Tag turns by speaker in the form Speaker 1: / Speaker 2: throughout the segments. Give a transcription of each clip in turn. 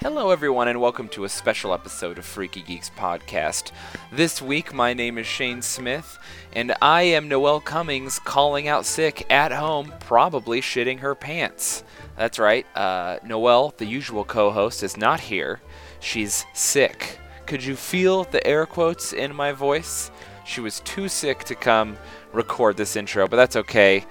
Speaker 1: Hello, everyone, and welcome to a special episode of Freaky Geeks Podcast. This week, my name is Shane Smith, and I am Noelle Cummings calling out sick at home, probably shitting her pants. That's right, uh, Noelle, the usual co host, is not here. She's sick. Could you feel the air quotes in my voice? She was too sick to come record this intro, but that's okay.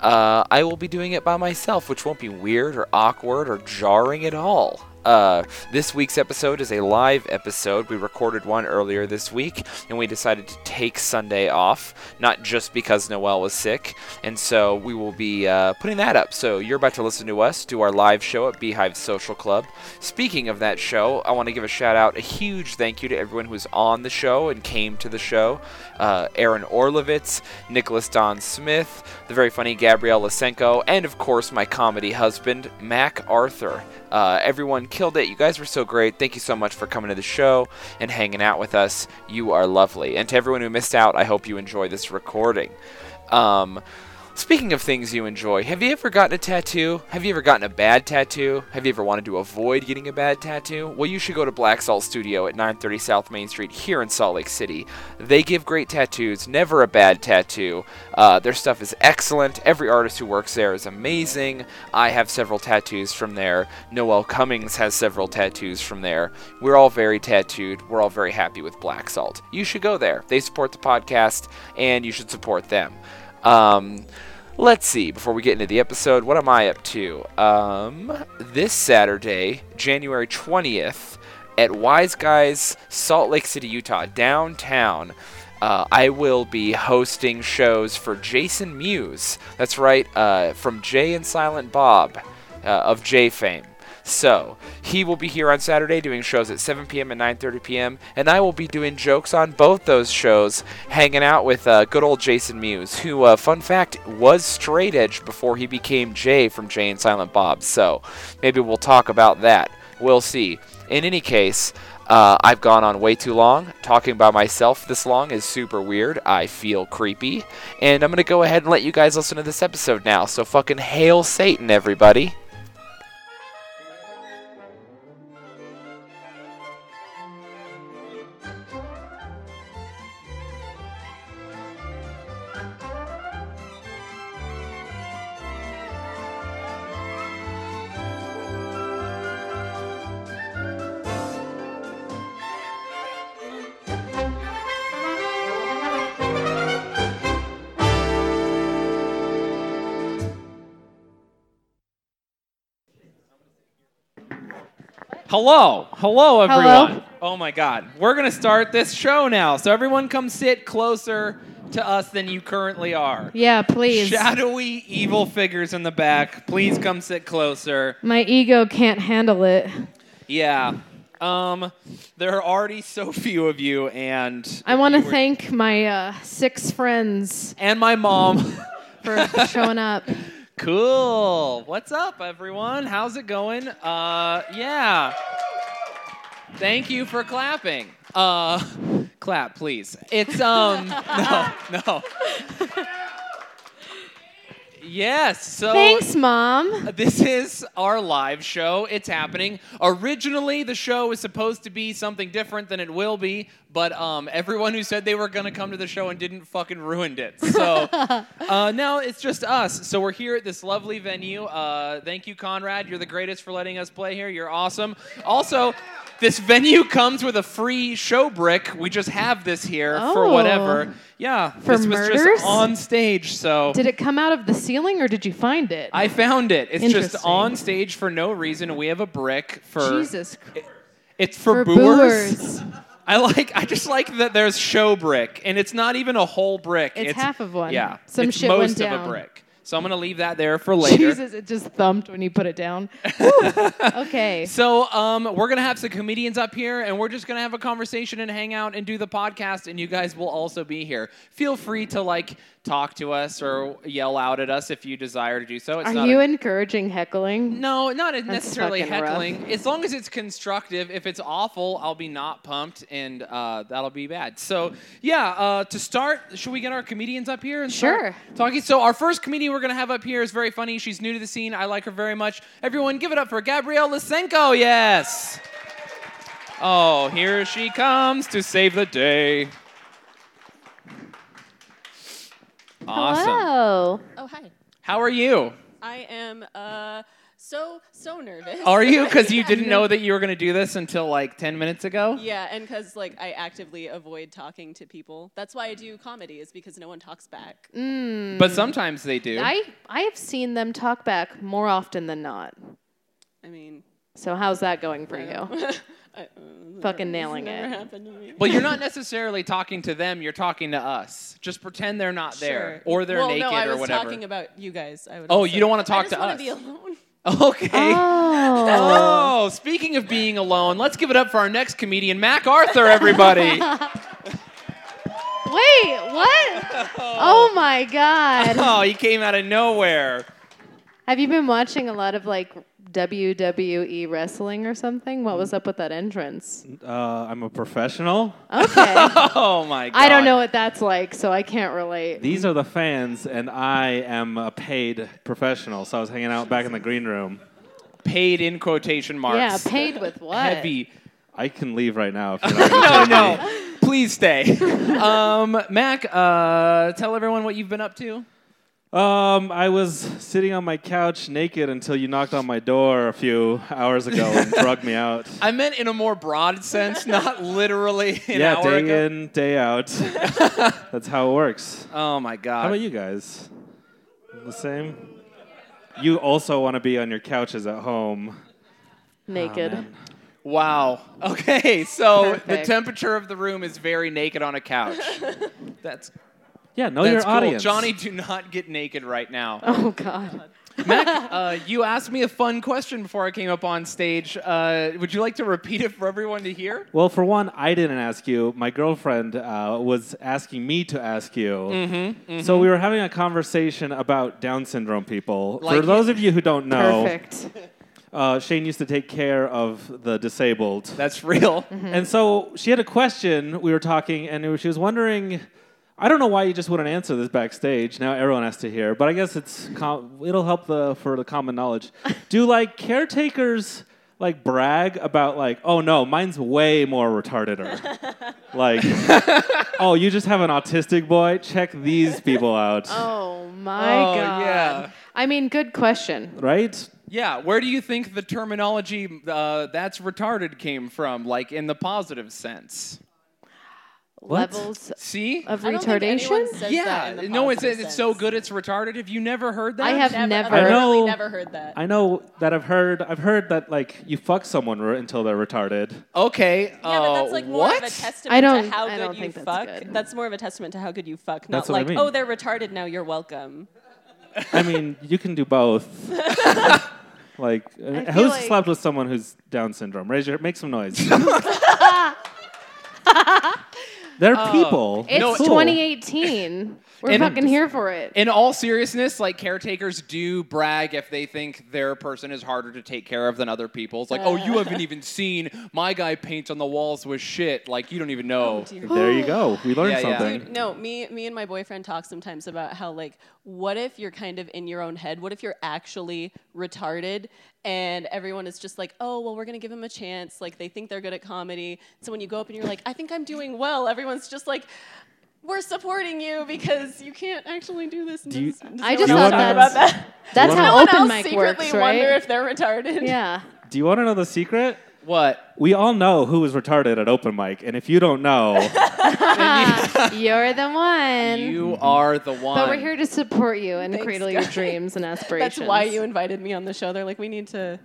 Speaker 1: Uh, I will be doing it by myself, which won't be weird or awkward or jarring at all. Uh, this week's episode is a live episode. We recorded one earlier this week, and we decided to take Sunday off, not just because Noel was sick. And so we will be uh, putting that up. So you're about to listen to us do our live show at Beehive Social Club. Speaking of that show, I want to give a shout out, a huge thank you to everyone who's on the show and came to the show uh, Aaron Orlovitz, Nicholas Don Smith, the very funny Gabrielle Lysenko, and of course my comedy husband, Mac Arthur. Uh, everyone killed it. You guys were so great. Thank you so much for coming to the show and hanging out with us. You are lovely. And to everyone who missed out, I hope you enjoy this recording. Um, Speaking of things you enjoy, have you ever gotten a tattoo? Have you ever gotten a bad tattoo? Have you ever wanted to avoid getting a bad tattoo? Well, you should go to Black Salt Studio at 930 South Main Street here in Salt Lake City. They give great tattoos, never a bad tattoo. Uh, their stuff is excellent. Every artist who works there is amazing. I have several tattoos from there. Noel Cummings has several tattoos from there. We're all very tattooed. We're all very happy with Black Salt. You should go there. They support the podcast, and you should support them. Um, let's see, before we get into the episode, what am I up to? Um, this Saturday, January 20th, at Wise Guys, Salt Lake City, Utah, downtown. Uh, I will be hosting shows for Jason Mewes. That's right, uh, from Jay and Silent Bob uh, of J fame. So he will be here on Saturday doing shows at 7 p.m. and 9:30 p.m. and I will be doing jokes on both those shows, hanging out with uh, good old Jason Mewes, who, uh, fun fact, was straight edge before he became Jay from Jay and Silent Bob. So maybe we'll talk about that. We'll see. In any case. Uh, I've gone on way too long. Talking by myself this long is super weird. I feel creepy. And I'm going to go ahead and let you guys listen to this episode now. So fucking hail Satan, everybody.
Speaker 2: Hello. Hello,
Speaker 3: Hello.
Speaker 2: everyone. Oh, my God. We're going to start this show now. So, everyone, come sit closer to us than you currently are.
Speaker 3: Yeah, please.
Speaker 2: Shadowy, evil figures in the back. Please come sit closer.
Speaker 3: My ego can't handle it.
Speaker 2: Yeah. Um, there are already so few of you, and
Speaker 3: I want to
Speaker 2: you were-
Speaker 3: thank my uh, six friends
Speaker 2: and my mom.
Speaker 3: for showing up.
Speaker 2: Cool. What's up, everyone? How's it going? Uh, yeah. Thank you for clapping. Uh, clap, please. It's um. no, no. Yes. So.
Speaker 3: Thanks, Mom.
Speaker 2: This is our live show. It's happening. Originally, the show was supposed to be something different than it will be, but um, everyone who said they were going to come to the show and didn't fucking ruined it. So uh, now it's just us. So we're here at this lovely venue. Uh, thank you, Conrad. You're the greatest for letting us play here. You're awesome. Also, this venue comes with a free show brick. We just have this here for
Speaker 3: Oh.
Speaker 2: whatever. Yeah,
Speaker 3: For
Speaker 2: this was
Speaker 3: murders?
Speaker 2: just on stage. So
Speaker 3: Did it come out of the ceiling or did you find it?
Speaker 2: I found it. It's just
Speaker 3: Interesting.
Speaker 2: on stage for no reason. We have a brick for
Speaker 3: Jesus Christ.
Speaker 2: It's for, booers. I like. I just like that there's show brick, and it's not even a whole brick.
Speaker 3: It's half of one.
Speaker 2: Yeah,
Speaker 3: Some
Speaker 2: it's
Speaker 3: shit went
Speaker 2: most of a
Speaker 3: down.
Speaker 2: brick. So I'm gonna leave that there for later.
Speaker 3: Jesus, it just thumped when you put it down. Woo. okay.
Speaker 2: So um, we're gonna have some comedians up here, and we're just gonna have a conversation and hang out and do the podcast, and you guys will also be here. Feel free to like talk to us or yell out at us if you desire to do so. It's
Speaker 3: Are
Speaker 2: not
Speaker 3: you
Speaker 2: a-
Speaker 3: encouraging heckling?
Speaker 2: No, not necessarily
Speaker 3: fucking rough.
Speaker 2: heckling. As long as it's constructive. If it's awful, I'll be not pumped, and uh, that'll be bad. So yeah, uh, to start, should we get our comedians up here and start
Speaker 3: Sure.
Speaker 2: talking? So our first comedian
Speaker 1: we're going to have up here is very funny. She's new to the scene. I like her very much. Everyone, give it up for Gabrielle Lysenko. Yes. Oh, here she comes to save the day. Awesome.
Speaker 3: Hello.
Speaker 4: Oh, hi.
Speaker 1: How are you?
Speaker 4: I am uh, so, so nervous.
Speaker 1: Are you? Because you didn't know that you were going to do this until like 10 minutes ago?
Speaker 4: Yeah, and because like I actively avoid talking to people. That's why I do comedy is because no one talks back.
Speaker 1: Mm. But sometimes they do.
Speaker 3: I I have seen them talk back more often than not.
Speaker 4: I mean,
Speaker 3: So how's that going for you?
Speaker 4: I, uh, this
Speaker 3: Fucking nailing
Speaker 4: never
Speaker 3: it.
Speaker 4: happened to me.
Speaker 1: Oh. but you're not necessarily talking to them, you're talking to us. Just pretend they're not there
Speaker 4: Sure.
Speaker 1: or they're
Speaker 4: well,
Speaker 1: naked
Speaker 4: no, I
Speaker 1: or
Speaker 4: was
Speaker 1: whatever.
Speaker 4: talking about you guys. I would
Speaker 1: Oh,
Speaker 4: also-
Speaker 1: you don't wanna talk
Speaker 4: I just
Speaker 1: to
Speaker 4: wanna
Speaker 1: us.
Speaker 4: Be alone.
Speaker 1: okay.
Speaker 3: Oh.
Speaker 1: Oh, speaking of being alone, let's give it up for our next comedian, Mac Arthur, everybody.
Speaker 3: Wait, what? Oh my god.
Speaker 1: oh, he came out of nowhere.
Speaker 3: Have you been watching a lot of like WWE wrestling or something? What was up with that entrance?
Speaker 5: Uh, I'm a professional.
Speaker 3: Okay.
Speaker 1: Oh my god.
Speaker 3: I don't know what that's like, so I can't relate.
Speaker 5: These are the fans, and I am a paid professional. So I was hanging out back in the green room.
Speaker 1: Paid in quotation marks.
Speaker 3: yeah, paid with what?
Speaker 1: Heavy.
Speaker 5: I can leave right now if you're not gonna
Speaker 1: Oh
Speaker 5: take me.
Speaker 1: no. Please stay. Um, Mac, uh, tell everyone what you've been up to.
Speaker 5: Um, I was sitting on my couch naked until you knocked on my door a few hours ago and drugged me out.
Speaker 1: I meant in a more broad sense, not literally an
Speaker 5: yeah,
Speaker 1: hour
Speaker 5: day
Speaker 1: ago.
Speaker 5: in, day out. That's how it works.
Speaker 1: Oh my god.
Speaker 5: How about you guys? The same? You also want to be on your couches at home.
Speaker 3: Naked.
Speaker 1: Wow. Okay, so the
Speaker 3: Perfect.
Speaker 1: temperature of the room is very naked on a couch. That's
Speaker 5: Yeah, know
Speaker 1: that's
Speaker 5: Oh, your
Speaker 1: cool.
Speaker 5: audience.
Speaker 1: Johnny, do not get naked right now.
Speaker 3: oh god.
Speaker 1: Mac, uh, you asked me a fun question before I came up on stage. Uh, would you like to repeat it for everyone to hear?
Speaker 5: Well, for one, I didn't ask you. My girlfriend uh, was asking me to ask you. So we were having a conversation about Down syndrome people.
Speaker 1: Like-
Speaker 5: for those of you who don't know,
Speaker 3: Perfect.
Speaker 5: uh, Shane used to take care of the disabled.
Speaker 1: That's real.
Speaker 3: Mm-hmm.
Speaker 5: And so she had a question. We were talking, and she was wondering. I don't know why you just wouldn't answer this backstage. Now everyone has to hear, but I guess it's com- it'll help the for the common knowledge. Do like caretakers like brag about like, oh no, mine's way more retarded. like, oh, you just have an autistic boy. Check these people out,
Speaker 3: Oh my
Speaker 1: Oh,
Speaker 3: god.
Speaker 1: yeah.
Speaker 3: I mean, good question.
Speaker 5: right?
Speaker 1: Yeah, where do you think the terminology uh, that's retarded came from, like in the positive sense?
Speaker 5: What?
Speaker 3: Levels
Speaker 1: See?
Speaker 3: of
Speaker 4: I don't think anyone
Speaker 3: retardation?
Speaker 4: says
Speaker 1: yeah,
Speaker 4: that in the
Speaker 1: no, it's,
Speaker 4: positive
Speaker 1: it's so
Speaker 4: sense.
Speaker 1: good it's retarded. Have you never heard that?
Speaker 3: I have
Speaker 4: Never,
Speaker 3: never.
Speaker 4: I've
Speaker 5: I know-
Speaker 4: literally never heard that.
Speaker 5: I know that I've heard I've heard that like you fuck someone re- until they're retarded.
Speaker 1: Okay.
Speaker 4: Yeah, but that's
Speaker 1: uh,
Speaker 4: like more
Speaker 1: what?
Speaker 4: of a testament
Speaker 3: I don't-
Speaker 4: to how
Speaker 3: I
Speaker 4: good
Speaker 3: don't
Speaker 4: you
Speaker 3: think that's
Speaker 4: fuck.
Speaker 3: good.
Speaker 4: That's more of a testament to how good you fuck,
Speaker 5: That's
Speaker 4: not
Speaker 5: what I
Speaker 4: like,
Speaker 5: mean.
Speaker 4: oh, they're retarded now, you're welcome.
Speaker 5: I mean, you can do both. like,
Speaker 3: feel
Speaker 5: who's
Speaker 3: like-
Speaker 5: slept with someone who's Down syndrome? Raise your, make some noise. They're people.
Speaker 3: It's
Speaker 1: No,
Speaker 5: cool.
Speaker 3: 2018. We're
Speaker 1: And-
Speaker 3: fucking here for it.
Speaker 1: In all seriousness, like caretakers do brag if they think their person is harder to take care of than other people's. Like, oh,
Speaker 4: Uh.
Speaker 1: you haven't even seen my guy paint on the walls with shit. Like, you don't even know.
Speaker 4: Oh, Dear
Speaker 5: There you go. We learned
Speaker 1: Yeah, yeah.
Speaker 5: something.
Speaker 4: Dude, no, me me and my boyfriend talk sometimes about how like what if you're kind of in your own head? What if you're actually retarded and everyone is just like, "Oh, well, we're going to give him a chance." Like they think they're good at comedy. So when you go up and you're like, "I think I'm doing well." Everyone's just like, "We're supporting you because you can't actually do this." and
Speaker 5: Do you-
Speaker 4: this." Does
Speaker 3: I
Speaker 4: no
Speaker 3: just
Speaker 4: one else talk
Speaker 5: thought that's-
Speaker 4: about that.
Speaker 3: That's
Speaker 5: No
Speaker 3: how
Speaker 4: No one
Speaker 3: open
Speaker 4: else
Speaker 3: mic
Speaker 4: secretly
Speaker 3: works,
Speaker 4: wonder
Speaker 3: right?
Speaker 4: if they're retarded.
Speaker 3: yeah.
Speaker 5: Do you want to know the secret?
Speaker 1: What?
Speaker 5: We all know who is retarded at open mic, and if you don't know,
Speaker 3: You're the one.
Speaker 1: You are the one.
Speaker 3: but we're here to support you and
Speaker 4: Thanks,
Speaker 3: cradle your
Speaker 4: guys.
Speaker 3: dreams and aspirations.
Speaker 4: That's why you invited me on the show. They're like, "We need to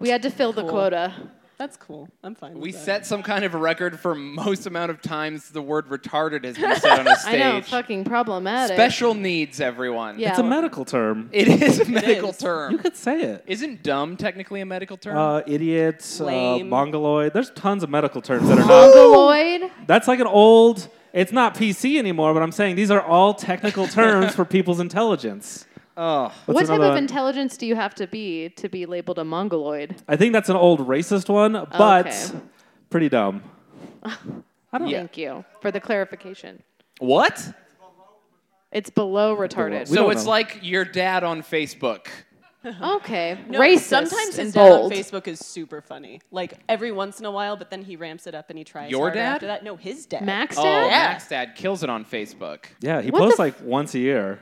Speaker 3: We had to fill the
Speaker 4: Cool.
Speaker 3: quota.
Speaker 4: That's cool. I'm fine. with
Speaker 1: We
Speaker 4: that.
Speaker 1: set some kind of a record for most amount of times the word retarded has been said on a
Speaker 3: I
Speaker 1: stage.
Speaker 3: know, fucking problematic.
Speaker 1: Special needs, everyone.
Speaker 3: Yeah.
Speaker 5: it's a medical term.
Speaker 1: It is a medical
Speaker 4: is.
Speaker 1: term.
Speaker 5: You could say it.
Speaker 1: Isn't dumb technically a medical term?
Speaker 5: Uh, idiots, uh,
Speaker 4: Lame.
Speaker 5: mongoloid. There's tons of medical terms that are not
Speaker 3: Mongoloid.
Speaker 5: That's like an old. It's not PC anymore, but I'm saying these are all technical terms for people's intelligence.
Speaker 1: oh.
Speaker 3: What
Speaker 5: What's
Speaker 3: type
Speaker 5: another
Speaker 3: of
Speaker 5: one?
Speaker 3: intelligence do you have to be to be labeled a mongoloid?
Speaker 5: I think that's an old racist one, but
Speaker 3: Okay.
Speaker 5: pretty dumb.
Speaker 3: I don't
Speaker 1: Yeah.
Speaker 3: Thank you for the clarification.
Speaker 1: What?
Speaker 3: It's below retarded.
Speaker 5: We
Speaker 1: so
Speaker 5: don't
Speaker 1: it's
Speaker 5: know.
Speaker 1: like your dad on Facebook.
Speaker 3: okay.
Speaker 4: No,
Speaker 3: Racist.
Speaker 4: Sometimes his
Speaker 3: and
Speaker 4: dad on
Speaker 3: bold.
Speaker 4: Facebook is super funny. Like every once in a while, but then he ramps it up and he tries.
Speaker 1: Your
Speaker 4: harder
Speaker 1: dad?
Speaker 4: After that, no, his dad.
Speaker 3: Max
Speaker 1: Oh,
Speaker 3: dad.
Speaker 1: Max dad kills it on Facebook.
Speaker 5: Yeah, he
Speaker 3: What
Speaker 5: posts
Speaker 3: the
Speaker 5: like once a year,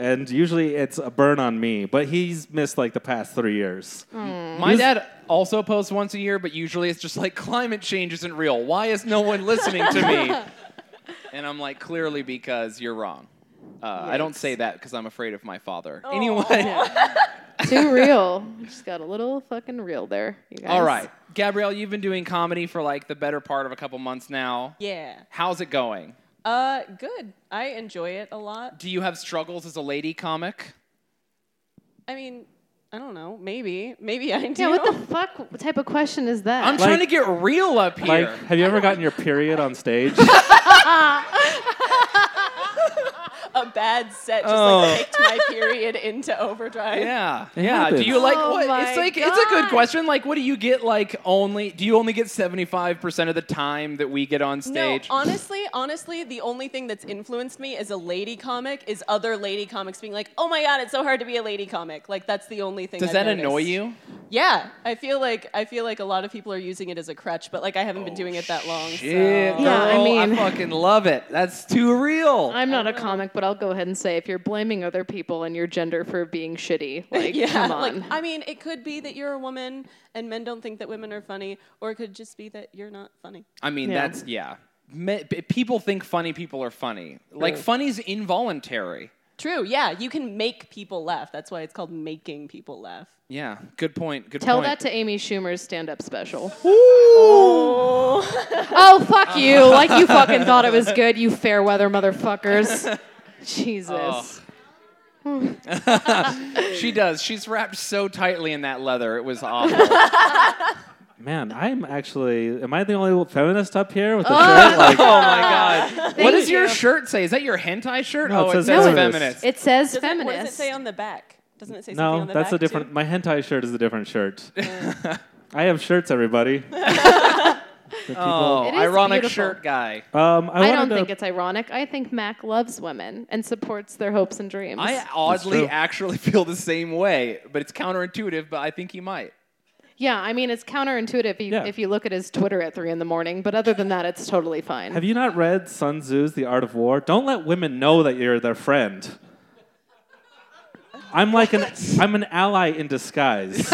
Speaker 5: and usually it's a burn on me. But he's missed like the past three years.
Speaker 1: My
Speaker 5: He's-
Speaker 1: dad also posts once a year, but usually it's just like climate change isn't real. Why is no one listening to me? And I'm like, clearly because you're wrong. Uh, I don't say that because I'm afraid of my father. Anyway,
Speaker 3: Too real. Just got a little fucking real there. You guys.
Speaker 1: all right, Gabrielle, you've been doing comedy for like the better part of a couple months now.
Speaker 4: Yeah.
Speaker 1: How's it going?
Speaker 4: Uh, good. I enjoy it a lot.
Speaker 1: Do you have struggles as a lady comic?
Speaker 4: I mean, I don't know. Maybe. Maybe I do.
Speaker 3: Yeah. What the fuck What type of question is that?
Speaker 1: I'm trying to get real up here.
Speaker 5: Like, have you ever gotten your period on stage?
Speaker 4: a bad set just
Speaker 5: Oh.
Speaker 4: like kicked my period into overdrive.
Speaker 1: Yeah,
Speaker 5: It
Speaker 1: yeah.
Speaker 5: happens.
Speaker 1: Do you like
Speaker 3: Oh
Speaker 1: what?
Speaker 3: my
Speaker 1: It's like it's a good
Speaker 3: God.
Speaker 1: question. Like, what do you get? Like, only do you only get seventy five percent of the time that we get on stage?
Speaker 4: No, honestly, honestly, the only thing that's influenced me as a lady comic is other lady comics being like, "Oh my god, it's so hard to be a lady comic." Like that's the only thing.
Speaker 1: Does
Speaker 4: I've
Speaker 1: that
Speaker 4: noticed.
Speaker 1: annoy you?
Speaker 4: Yeah, I feel like I feel like a lot of people are using it as a crutch, but like I haven't been doing it that long.
Speaker 1: Shit,
Speaker 4: so.
Speaker 3: Yeah, I
Speaker 1: girl,
Speaker 3: mean-
Speaker 1: fucking love it. That's too real.
Speaker 3: I'm not a comic, but I'll go ahead and say if you're blaming other people and your gender for being shitty, like,
Speaker 4: yeah,
Speaker 3: come
Speaker 4: like,
Speaker 3: on.
Speaker 4: I mean, it could be that you're a woman and men don't think that women are funny, or it could just be that you're not funny.
Speaker 1: I mean,
Speaker 3: Yeah.
Speaker 1: that's yeah. Me- p- people think funny people are funny. Like, funny's involuntary.
Speaker 4: True. Yeah, you can make people laugh. That's why it's called making people laugh.
Speaker 1: Yeah, good point. Good
Speaker 3: Tell
Speaker 1: point.
Speaker 3: that to Amy Schumer's stand-up special.
Speaker 4: Oh.
Speaker 3: oh, fuck you. Like you fucking thought it was good, you fair weather motherfuckers. Oh. Jesus.
Speaker 1: she does. She's wrapped so tightly in that leather. It was awful.
Speaker 5: Man, I'm actually. Am I the only feminist up here with the shirt? Like,
Speaker 1: Oh my god. what
Speaker 3: Thank
Speaker 1: does your
Speaker 3: you.
Speaker 1: shirt say? Is that your hentai shirt?
Speaker 5: No, it
Speaker 1: oh,
Speaker 5: says
Speaker 1: says
Speaker 5: feminist.
Speaker 1: feminist.
Speaker 3: It says
Speaker 4: Does it,
Speaker 3: feminist.
Speaker 4: what does it say on the back? Doesn't it say something
Speaker 5: no,
Speaker 4: on the
Speaker 5: that's
Speaker 4: back?
Speaker 5: a different.
Speaker 4: too?
Speaker 5: My hentai shirt is a different shirt. I have shirts, everybody. The people-
Speaker 1: Oh,
Speaker 3: It is
Speaker 1: ironic
Speaker 3: beautiful.
Speaker 1: shirt guy.
Speaker 5: Um,
Speaker 3: I
Speaker 5: I, wanted
Speaker 3: don't
Speaker 5: to,
Speaker 3: think it's ironic. I think Mac loves women and supports their hopes and dreams.
Speaker 1: I oddly
Speaker 5: true.
Speaker 1: actually feel the same way, but it's counterintuitive, but I think he might.
Speaker 3: yeah, I mean it's counterintuitive if you,
Speaker 5: Yeah.
Speaker 3: if you look at his Twitter at three in the morning, but other than that, it's totally fine.
Speaker 5: Have you not read Sun Tzu's The Art of War? Don't let women know that you're their friend. I'm like an I'm an ally in disguise.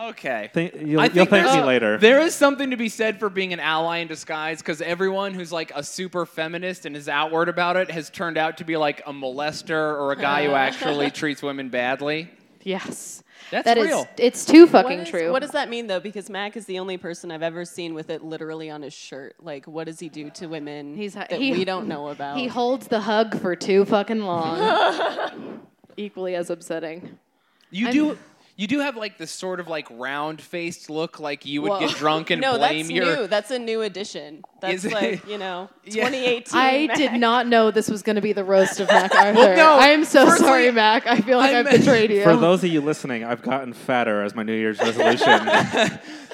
Speaker 1: Okay.
Speaker 5: Think, you'll,
Speaker 1: I
Speaker 5: you'll
Speaker 1: think
Speaker 5: thank me
Speaker 1: there's-
Speaker 5: later.
Speaker 1: There is something to be said for being an ally in disguise because everyone who's like a super feminist and is outward about it has turned out to be like a molester or a guy who actually treats women badly.
Speaker 3: yes.
Speaker 1: That's
Speaker 3: That is-
Speaker 1: real.
Speaker 3: it's too
Speaker 4: What
Speaker 3: fucking
Speaker 4: is-
Speaker 3: true.
Speaker 4: What does that mean though? Because Mac is the only person I've ever seen with it literally on his shirt. Like, what does he do to women
Speaker 3: He's
Speaker 4: that
Speaker 3: he-
Speaker 4: we don't know about?
Speaker 3: He holds the hug for too fucking long. Equally as upsetting.
Speaker 1: You
Speaker 3: I'm-
Speaker 1: do. You do have like this sort of like round-faced look, like you would
Speaker 4: Whoa.
Speaker 1: get drunk and
Speaker 4: no,
Speaker 1: blame
Speaker 4: that's
Speaker 1: your.
Speaker 4: new. That's a new edition. That's
Speaker 1: Is it-
Speaker 4: like you know,
Speaker 1: Yeah.
Speaker 4: 2018.
Speaker 3: I
Speaker 4: Mac.
Speaker 3: did not know this was going to be the roast of Mac Arthur.
Speaker 1: no,
Speaker 3: I am so
Speaker 1: firstly,
Speaker 3: sorry, Mac. I feel like
Speaker 1: I
Speaker 3: I have
Speaker 1: meant-
Speaker 3: betrayed you.
Speaker 5: For those of you listening, I've gotten fatter as my New Year's resolution.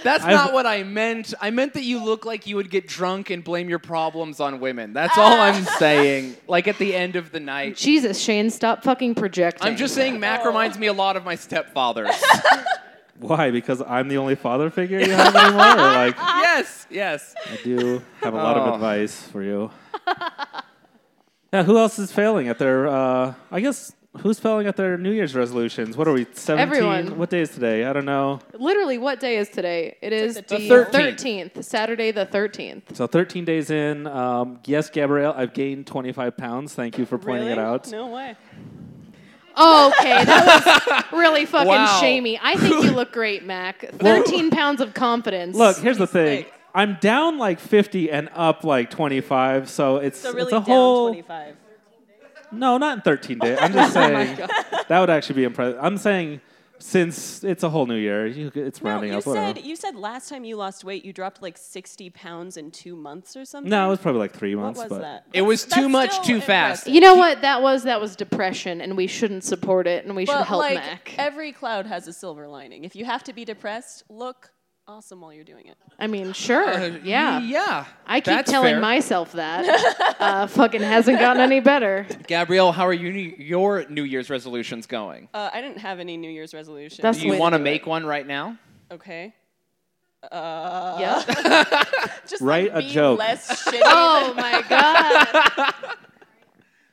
Speaker 1: That's
Speaker 5: I've-
Speaker 1: not what I meant. I meant that you look like you would get drunk and blame your problems on women. That's all I'm
Speaker 3: Ah.
Speaker 1: saying. Like at the end of the night.
Speaker 3: Jesus, Shane, stop fucking projecting.
Speaker 1: I'm just saying Mac reminds me a lot of my stepfather.
Speaker 5: Why? Because I'm the only father figure you have anymore? Or like, I
Speaker 1: yes, yes.
Speaker 5: do have a lot
Speaker 1: Oh.
Speaker 5: of advice for you. Yeah, who else is failing at their? Uh, I guess who's failing at their New Year's resolutions? What are we? Seventeen.
Speaker 3: Everyone.
Speaker 5: What day is today? I don't know.
Speaker 3: Literally, what day is today? It is
Speaker 4: like the
Speaker 3: the,
Speaker 1: 13th.
Speaker 3: 13th. Saturday the 13th.
Speaker 5: So 13 days in. Um, yes, Gabrielle, I've gained 25 pounds. Thank you for
Speaker 4: really?
Speaker 5: pointing it out.
Speaker 4: No way.
Speaker 3: Oh, okay, that was really fucking
Speaker 1: Wow.
Speaker 3: shamey. I think you look great, Mac. 13 pounds of confidence.
Speaker 5: Look, here's the thing.
Speaker 4: thick.
Speaker 5: I'm down like 50 and up like 25, so it's
Speaker 4: So really,
Speaker 5: it's a
Speaker 4: down
Speaker 5: whole
Speaker 4: 25.
Speaker 5: no, not in 13 days. I'm just
Speaker 4: Oh
Speaker 5: saying that would actually be impressive. I'm saying since it's a whole new year, you, it's
Speaker 4: No,
Speaker 5: rounding
Speaker 4: you
Speaker 5: up.
Speaker 4: said
Speaker 5: whatever.
Speaker 4: you said last time you lost weight, you dropped like 60 pounds in two months or something.
Speaker 5: no, it was probably like three months.
Speaker 4: what was
Speaker 5: but
Speaker 4: that?
Speaker 1: It was
Speaker 4: That's-
Speaker 1: too
Speaker 4: that's
Speaker 1: much
Speaker 4: still
Speaker 1: too fast.
Speaker 4: impressive.
Speaker 3: You know what that was? That was depression, and we shouldn't support it, and we should
Speaker 4: But
Speaker 3: help
Speaker 4: like
Speaker 3: Mac.
Speaker 4: every cloud has a silver lining. If you have to be depressed, look awesome while you're doing it.
Speaker 3: I mean, sure.
Speaker 1: Uh,
Speaker 3: yeah.
Speaker 1: Yeah.
Speaker 3: I keep
Speaker 1: That's
Speaker 3: telling
Speaker 1: fair.
Speaker 3: myself that. uh, fucking hasn't gotten any better.
Speaker 1: Gabrielle, how are you, your New Year's resolutions going?
Speaker 4: Uh, I didn't have any New Year's resolution.
Speaker 3: That's-
Speaker 1: Do you
Speaker 3: Way to
Speaker 1: want to
Speaker 3: do it.
Speaker 1: make one right now?
Speaker 4: okay. Uh,
Speaker 3: Yep.
Speaker 4: Just
Speaker 5: Write
Speaker 4: like,
Speaker 5: a
Speaker 4: be
Speaker 5: joke.
Speaker 4: Less shitty.
Speaker 3: oh my god.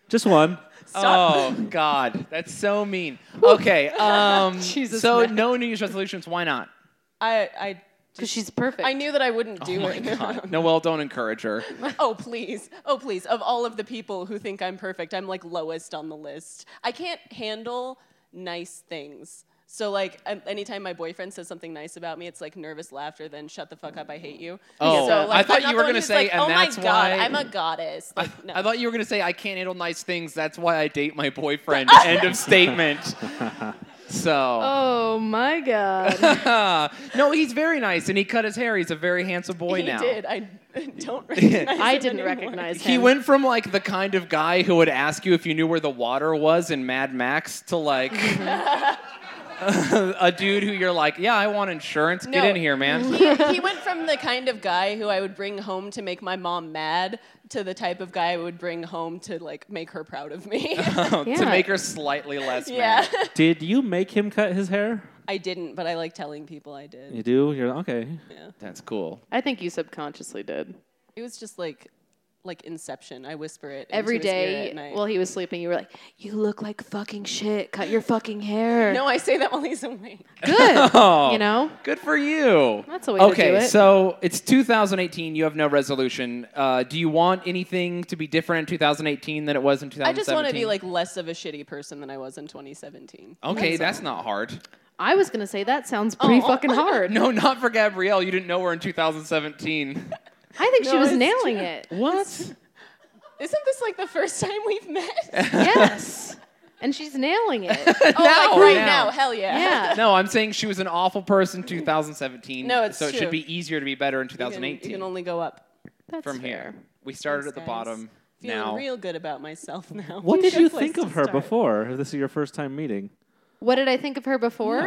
Speaker 5: Just one.
Speaker 1: Oh God, that's so mean. Okay, um,
Speaker 3: Jesus,
Speaker 1: so
Speaker 3: Matt.
Speaker 1: no New Year's resolutions. Why not?
Speaker 4: I I
Speaker 3: Because she's perfect.
Speaker 4: I knew that I wouldn't do
Speaker 1: oh my
Speaker 4: it.
Speaker 1: God, Noelle, don't encourage her.
Speaker 4: oh please, oh please. Of all of the people who think I'm perfect, I'm like lowest on the list. I can't handle nice things. So like, um, anytime my boyfriend says something nice about me, it's like nervous laughter. Then shut the fuck up. I hate you.
Speaker 1: Oh,
Speaker 4: so,
Speaker 1: I
Speaker 4: like,
Speaker 1: thought
Speaker 4: I'm not
Speaker 1: you were
Speaker 4: the one
Speaker 1: gonna
Speaker 4: who's
Speaker 1: say,
Speaker 4: like,
Speaker 1: "And
Speaker 4: oh my
Speaker 1: that's
Speaker 4: god,
Speaker 1: why-
Speaker 4: I'm a goddess. Like, no.
Speaker 1: I thought you were gonna say I can't handle nice things. That's why I date my boyfriend. End of statement. So uh,
Speaker 3: Oh my god.
Speaker 1: no, he's very nice, and he cut his hair. He's a very handsome boy
Speaker 4: he
Speaker 1: now.
Speaker 4: did. I don't recognize.
Speaker 3: I
Speaker 4: him
Speaker 3: didn't
Speaker 4: anymore.
Speaker 3: recognize him.
Speaker 1: He went from like the kind of guy who would ask you if you knew where the water was in Mad Max to like a dude who you're like, yeah, I want insurance. Get
Speaker 4: No.
Speaker 1: in here, man.
Speaker 4: he, he went from the kind of guy who I would bring home to make my mom mad to the type of guy I would bring home to like make her proud of me.
Speaker 1: To
Speaker 3: Yeah.
Speaker 1: make her slightly less
Speaker 4: yeah.
Speaker 1: mad.
Speaker 5: Did you make him cut his hair?
Speaker 4: I didn't, but I like telling people I did.
Speaker 5: You do? You're okay.
Speaker 1: That's cool.
Speaker 3: I think you subconsciously did.
Speaker 4: It was just like like inception. I whisper it into
Speaker 3: Every
Speaker 4: his ear
Speaker 3: day
Speaker 4: at night.
Speaker 3: while he was sleeping, you were like, "You look like fucking shit. Cut your fucking hair."
Speaker 4: no, I say that while he's awake.
Speaker 3: good.
Speaker 1: Oh,
Speaker 3: You know,
Speaker 1: Good for you.
Speaker 3: That's a way to
Speaker 1: okay,
Speaker 3: do it.
Speaker 1: so it's 2018. You have no resolution. Uh, do you want anything to be different in 2018 than it was in
Speaker 4: I
Speaker 1: 2017?
Speaker 4: just want to be like less of a shitty person than I was in 2017.
Speaker 1: Okay, that's not hard.
Speaker 3: I was gonna say that sounds pretty
Speaker 4: Aw.
Speaker 3: fucking hard.
Speaker 1: No, not for Gabrielle. You didn't know her in 2017.
Speaker 3: I think she
Speaker 4: No,
Speaker 3: was
Speaker 4: it's
Speaker 3: nailing
Speaker 4: true.
Speaker 3: it.
Speaker 1: What?
Speaker 4: Isn't this like the first time we've met?
Speaker 3: Yes, and she's nailing it.
Speaker 4: oh,
Speaker 1: Now,
Speaker 4: like right
Speaker 1: now.
Speaker 4: now. Hell yeah.
Speaker 3: Yeah.
Speaker 1: No, I'm saying she was an awful person in 2017.
Speaker 4: No, it's
Speaker 1: so it
Speaker 4: true.
Speaker 1: should be easier to be better in
Speaker 4: You can, you
Speaker 1: 2018.
Speaker 4: can only go up.
Speaker 3: That's
Speaker 1: from
Speaker 3: fair.
Speaker 1: here, we started at
Speaker 4: Thanks,
Speaker 1: the
Speaker 4: guys.
Speaker 1: bottom.
Speaker 4: Feeling
Speaker 1: now,
Speaker 4: real good about myself now.
Speaker 5: What did
Speaker 4: Good
Speaker 5: you
Speaker 4: place
Speaker 5: think
Speaker 4: to
Speaker 5: of her
Speaker 4: start.
Speaker 5: before? If this is your first time meeting. Uh,
Speaker 3: What did I think of her before?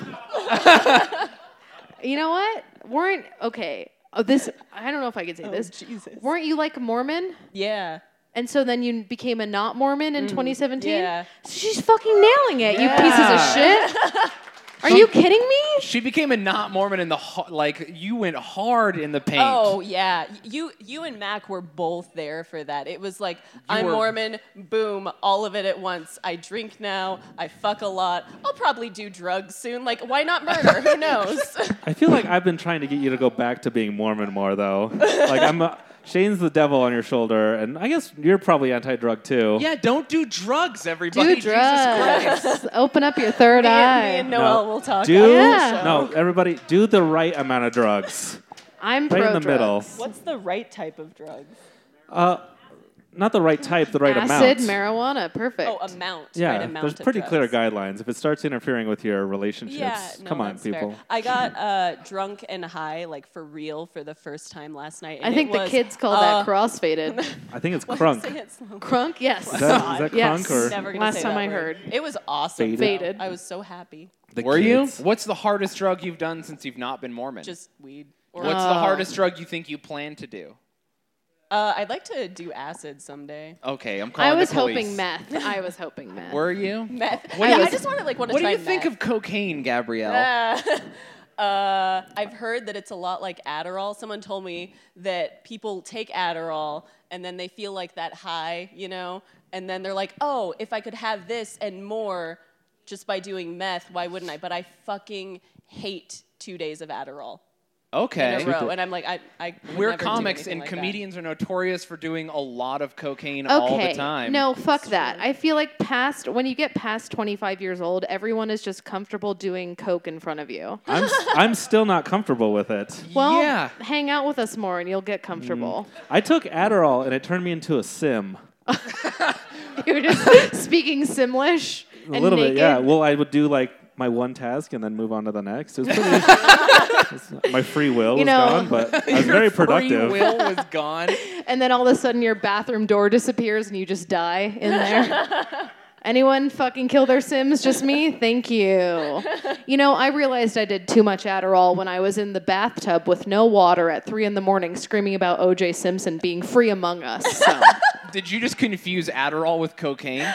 Speaker 5: Yeah.
Speaker 3: You know what? Weren't okay. Oh, this I don't know if I
Speaker 5: Oh,
Speaker 3: could say this.
Speaker 4: Oh, Jesus.
Speaker 3: Weren't you like Mormon?
Speaker 4: Yeah.
Speaker 3: And so then you became a not Mormon in 2017.
Speaker 4: Mm, yeah.
Speaker 3: She's fucking nailing it,
Speaker 1: Yeah.
Speaker 3: you pieces of shit. Are you kidding me?
Speaker 1: she became a not Mormon in the ho- like. You went hard in the paint.
Speaker 4: Oh yeah, Y- you you and Mac were both there for that. It was like I'm
Speaker 1: were-
Speaker 4: Mormon, boom, all of it at once. I drink now, I fuck a lot. I'll probably do drugs soon. Like why not murder? Who knows?
Speaker 5: I feel like I've been trying to get you to go back to being Mormon more, though. like I'm, a, Shane's the devil on your shoulder, and I guess you're probably anti-drug too.
Speaker 1: Yeah, don't do drugs, everybody.
Speaker 3: Do
Speaker 1: Jesus Christ.
Speaker 3: drugs. Open up your third
Speaker 4: me, and, me
Speaker 3: eye.
Speaker 4: and Noel will talk.
Speaker 5: Do
Speaker 4: after.
Speaker 3: Yeah.
Speaker 5: no, everybody do the right amount of drugs,
Speaker 3: I'm
Speaker 5: right
Speaker 3: pro
Speaker 5: in the
Speaker 3: drugs.
Speaker 5: middle.
Speaker 4: What's the right type of drugs?
Speaker 5: Not the right type, the right
Speaker 3: Acid,
Speaker 5: amount.
Speaker 3: marijuana, perfect.
Speaker 4: Oh, amount.
Speaker 5: yeah,
Speaker 4: right, amount
Speaker 5: there's
Speaker 4: of
Speaker 5: pretty
Speaker 4: drugs.
Speaker 5: clear guidelines. If it starts interfering with your relationships,
Speaker 4: Yeah, no,
Speaker 5: come on,
Speaker 4: that's fair.
Speaker 5: people.
Speaker 4: I got uh, drunk and high, like for real, for the first time last night.
Speaker 3: I
Speaker 4: and
Speaker 3: think
Speaker 4: it
Speaker 3: the
Speaker 4: was,
Speaker 3: kids call
Speaker 4: uh,
Speaker 3: that crossfaded.
Speaker 5: I think it's crunk.
Speaker 4: Say it slow.
Speaker 3: Crunk, yes.
Speaker 5: Is that, is that
Speaker 3: Yes.
Speaker 5: crunk or
Speaker 4: Never gonna
Speaker 3: Last
Speaker 4: say
Speaker 3: time
Speaker 4: that
Speaker 3: I
Speaker 4: word.
Speaker 3: heard.
Speaker 4: It was awesome.
Speaker 5: Faded.
Speaker 4: though.
Speaker 3: Faded.
Speaker 4: I was so happy.
Speaker 5: the
Speaker 1: Were you?
Speaker 5: kids?
Speaker 1: What's the hardest drug you've done since you've not been Mormon?
Speaker 4: Just weed. Or
Speaker 1: What's
Speaker 3: Oh.
Speaker 1: the hardest drug you think you plan to do?
Speaker 4: Uh, I'd like to do acid someday.
Speaker 1: Okay, I'm calling
Speaker 3: I
Speaker 1: the
Speaker 3: was
Speaker 1: police.
Speaker 3: hoping meth. I was hoping meth.
Speaker 1: Were you?
Speaker 4: Meth.
Speaker 1: What
Speaker 4: I,
Speaker 1: do you-
Speaker 4: I just want to like want to
Speaker 1: What do
Speaker 4: try
Speaker 1: you think
Speaker 4: meth.
Speaker 1: of cocaine, Gabrielle?
Speaker 4: Uh, uh, I've heard that it's a lot like Adderall. Someone told me that people take Adderall and then they feel like that high, you know, and then they're like, oh, if I could have this and more just by doing meth, why wouldn't I? But I fucking hate two days of Adderall
Speaker 1: okay.
Speaker 4: in a row, and I'm like, I, I would
Speaker 1: We're
Speaker 4: never do
Speaker 1: comics,
Speaker 4: anything
Speaker 1: and
Speaker 4: like that.
Speaker 1: comedians are notorious for doing a lot of cocaine
Speaker 3: okay.
Speaker 1: all the time.
Speaker 3: No, fuck that. I feel like past when you get past 25 years old, everyone is just comfortable doing coke in front of you.
Speaker 5: I'm, I'm still not comfortable with it.
Speaker 3: Well,
Speaker 1: yeah. Mm.
Speaker 3: hang out with us more and you'll get comfortable.
Speaker 5: I took Adderall and it turned me into a sim.
Speaker 3: You're just speaking Simlish
Speaker 5: A
Speaker 3: and
Speaker 5: little
Speaker 3: naked.
Speaker 5: bit, yeah. Well, I would do like my one task and then move on to the next. It was pretty, my free will
Speaker 3: You
Speaker 5: was
Speaker 3: know,
Speaker 5: gone, but I was very
Speaker 1: Free
Speaker 5: productive.
Speaker 1: will was gone.
Speaker 3: And then all of a sudden your bathroom door disappears and you just die in there. Anyone fucking kill their Sims? Just me? Thank you. You know, I realized I did too much Adderall when I was in the bathtub with no water at three in the morning screaming about OJ Simpson being free among us. So
Speaker 1: Did you just confuse Adderall with cocaine?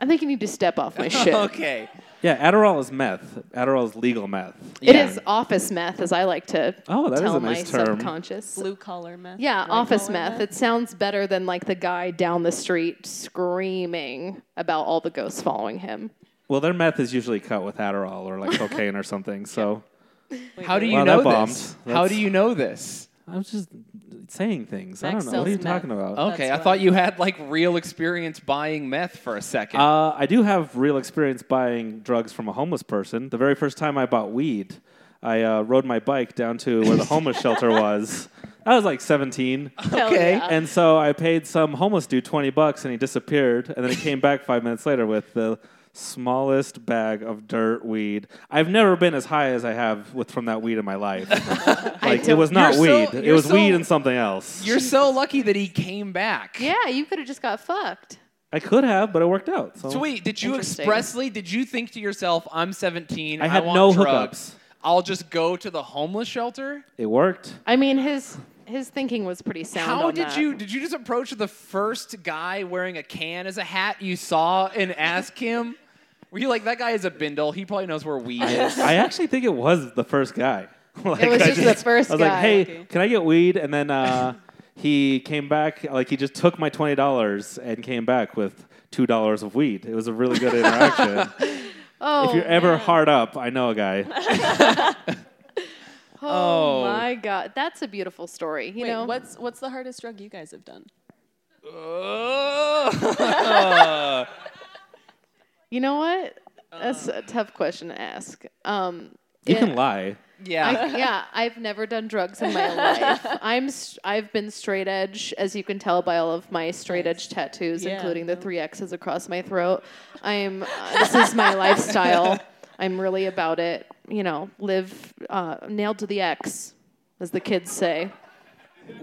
Speaker 3: I think you need to step off my shit.
Speaker 1: okay.
Speaker 5: Yeah, Adderall is meth. Adderall is legal meth.
Speaker 3: It
Speaker 1: Yeah.
Speaker 3: is office meth, as I like to
Speaker 5: Oh, that is
Speaker 3: tell
Speaker 5: a nice
Speaker 3: my
Speaker 5: term.
Speaker 3: subconscious.
Speaker 4: Blue collar meth.
Speaker 3: Yeah,
Speaker 4: white
Speaker 3: office
Speaker 4: collar
Speaker 3: meth. It sounds better than like the guy down the street screaming about all the ghosts following him.
Speaker 5: Well, their meth is usually cut with Adderall or like cocaine or something. So
Speaker 4: Wait,
Speaker 1: How do
Speaker 4: wait,
Speaker 1: you
Speaker 5: Wow, that
Speaker 1: know
Speaker 5: bombed.
Speaker 1: this? How
Speaker 5: That's-
Speaker 1: do you know this?
Speaker 5: I was just saying things. I
Speaker 4: Max
Speaker 5: don't know. What are you
Speaker 4: sells meth.
Speaker 5: talking about?
Speaker 1: Okay,
Speaker 4: That's
Speaker 1: I thought
Speaker 4: what-
Speaker 1: you had like real experience buying meth for a second.
Speaker 5: Uh, I do have real experience buying drugs from a homeless person. The very first time I bought weed, I uh, rode my bike down to where the homeless shelter was. I was like 17.
Speaker 4: Hell
Speaker 1: okay.
Speaker 4: yeah.
Speaker 5: And so I paid some homeless dude 20 bucks and he disappeared. And then he came back five minutes later with the smallest bag of dirt weed. I've never been as high as I have with from that weed in my life. like, it
Speaker 3: don't-
Speaker 5: was not
Speaker 1: You're so-
Speaker 5: weed, it
Speaker 1: you're
Speaker 5: was
Speaker 1: so-
Speaker 5: weed and something else.
Speaker 1: You're so lucky that he came back.
Speaker 3: Yeah, you could have just got fucked.
Speaker 5: I could have, but it worked out. So.
Speaker 1: So wait, did you
Speaker 3: Interesting.
Speaker 1: expressly? Did you think to yourself, "I'm 17.
Speaker 5: I had
Speaker 1: want
Speaker 5: no
Speaker 1: drugs.
Speaker 5: hookups.
Speaker 1: I'll just go to the homeless shelter."
Speaker 5: It worked.
Speaker 3: I mean, his his thinking was pretty sound.
Speaker 1: How
Speaker 3: on
Speaker 1: did
Speaker 3: that.
Speaker 1: you? Did you just approach the first guy wearing a can as a hat you saw and ask him? Were you like that guy is a bindle? He probably knows where weed is.
Speaker 5: I actually think it was the first guy. like,
Speaker 3: It was
Speaker 5: I
Speaker 3: just the first
Speaker 5: I was
Speaker 3: guy.
Speaker 5: like, hey,
Speaker 4: Okay.
Speaker 5: can I get weed? And then uh, he came back, like, he just took my $20 and came back with $2 of weed. It was a really good interaction.
Speaker 3: Oh,
Speaker 5: if you're ever
Speaker 4: man.
Speaker 5: hard up, I know a guy.
Speaker 1: Oh.
Speaker 3: oh, my god, that's a beautiful story. You
Speaker 4: Wait,
Speaker 3: know,
Speaker 4: what's what's the hardest drug you guys have done?
Speaker 1: Oh.
Speaker 3: you know what? That's
Speaker 1: Um.
Speaker 3: a tough question to ask. Um,
Speaker 5: You
Speaker 3: yeah.
Speaker 5: can lie.
Speaker 1: yeah.
Speaker 3: I, yeah, I've never done drugs in my life. I'm s I've been straight edge, as you can tell by all of my straight edge tattoos,
Speaker 4: Yeah,
Speaker 3: including the
Speaker 4: no.
Speaker 3: three X's across my throat. I'm. Uh, this is my lifestyle. I'm really about it. You know, live uh, nailed to the X, as the kids say.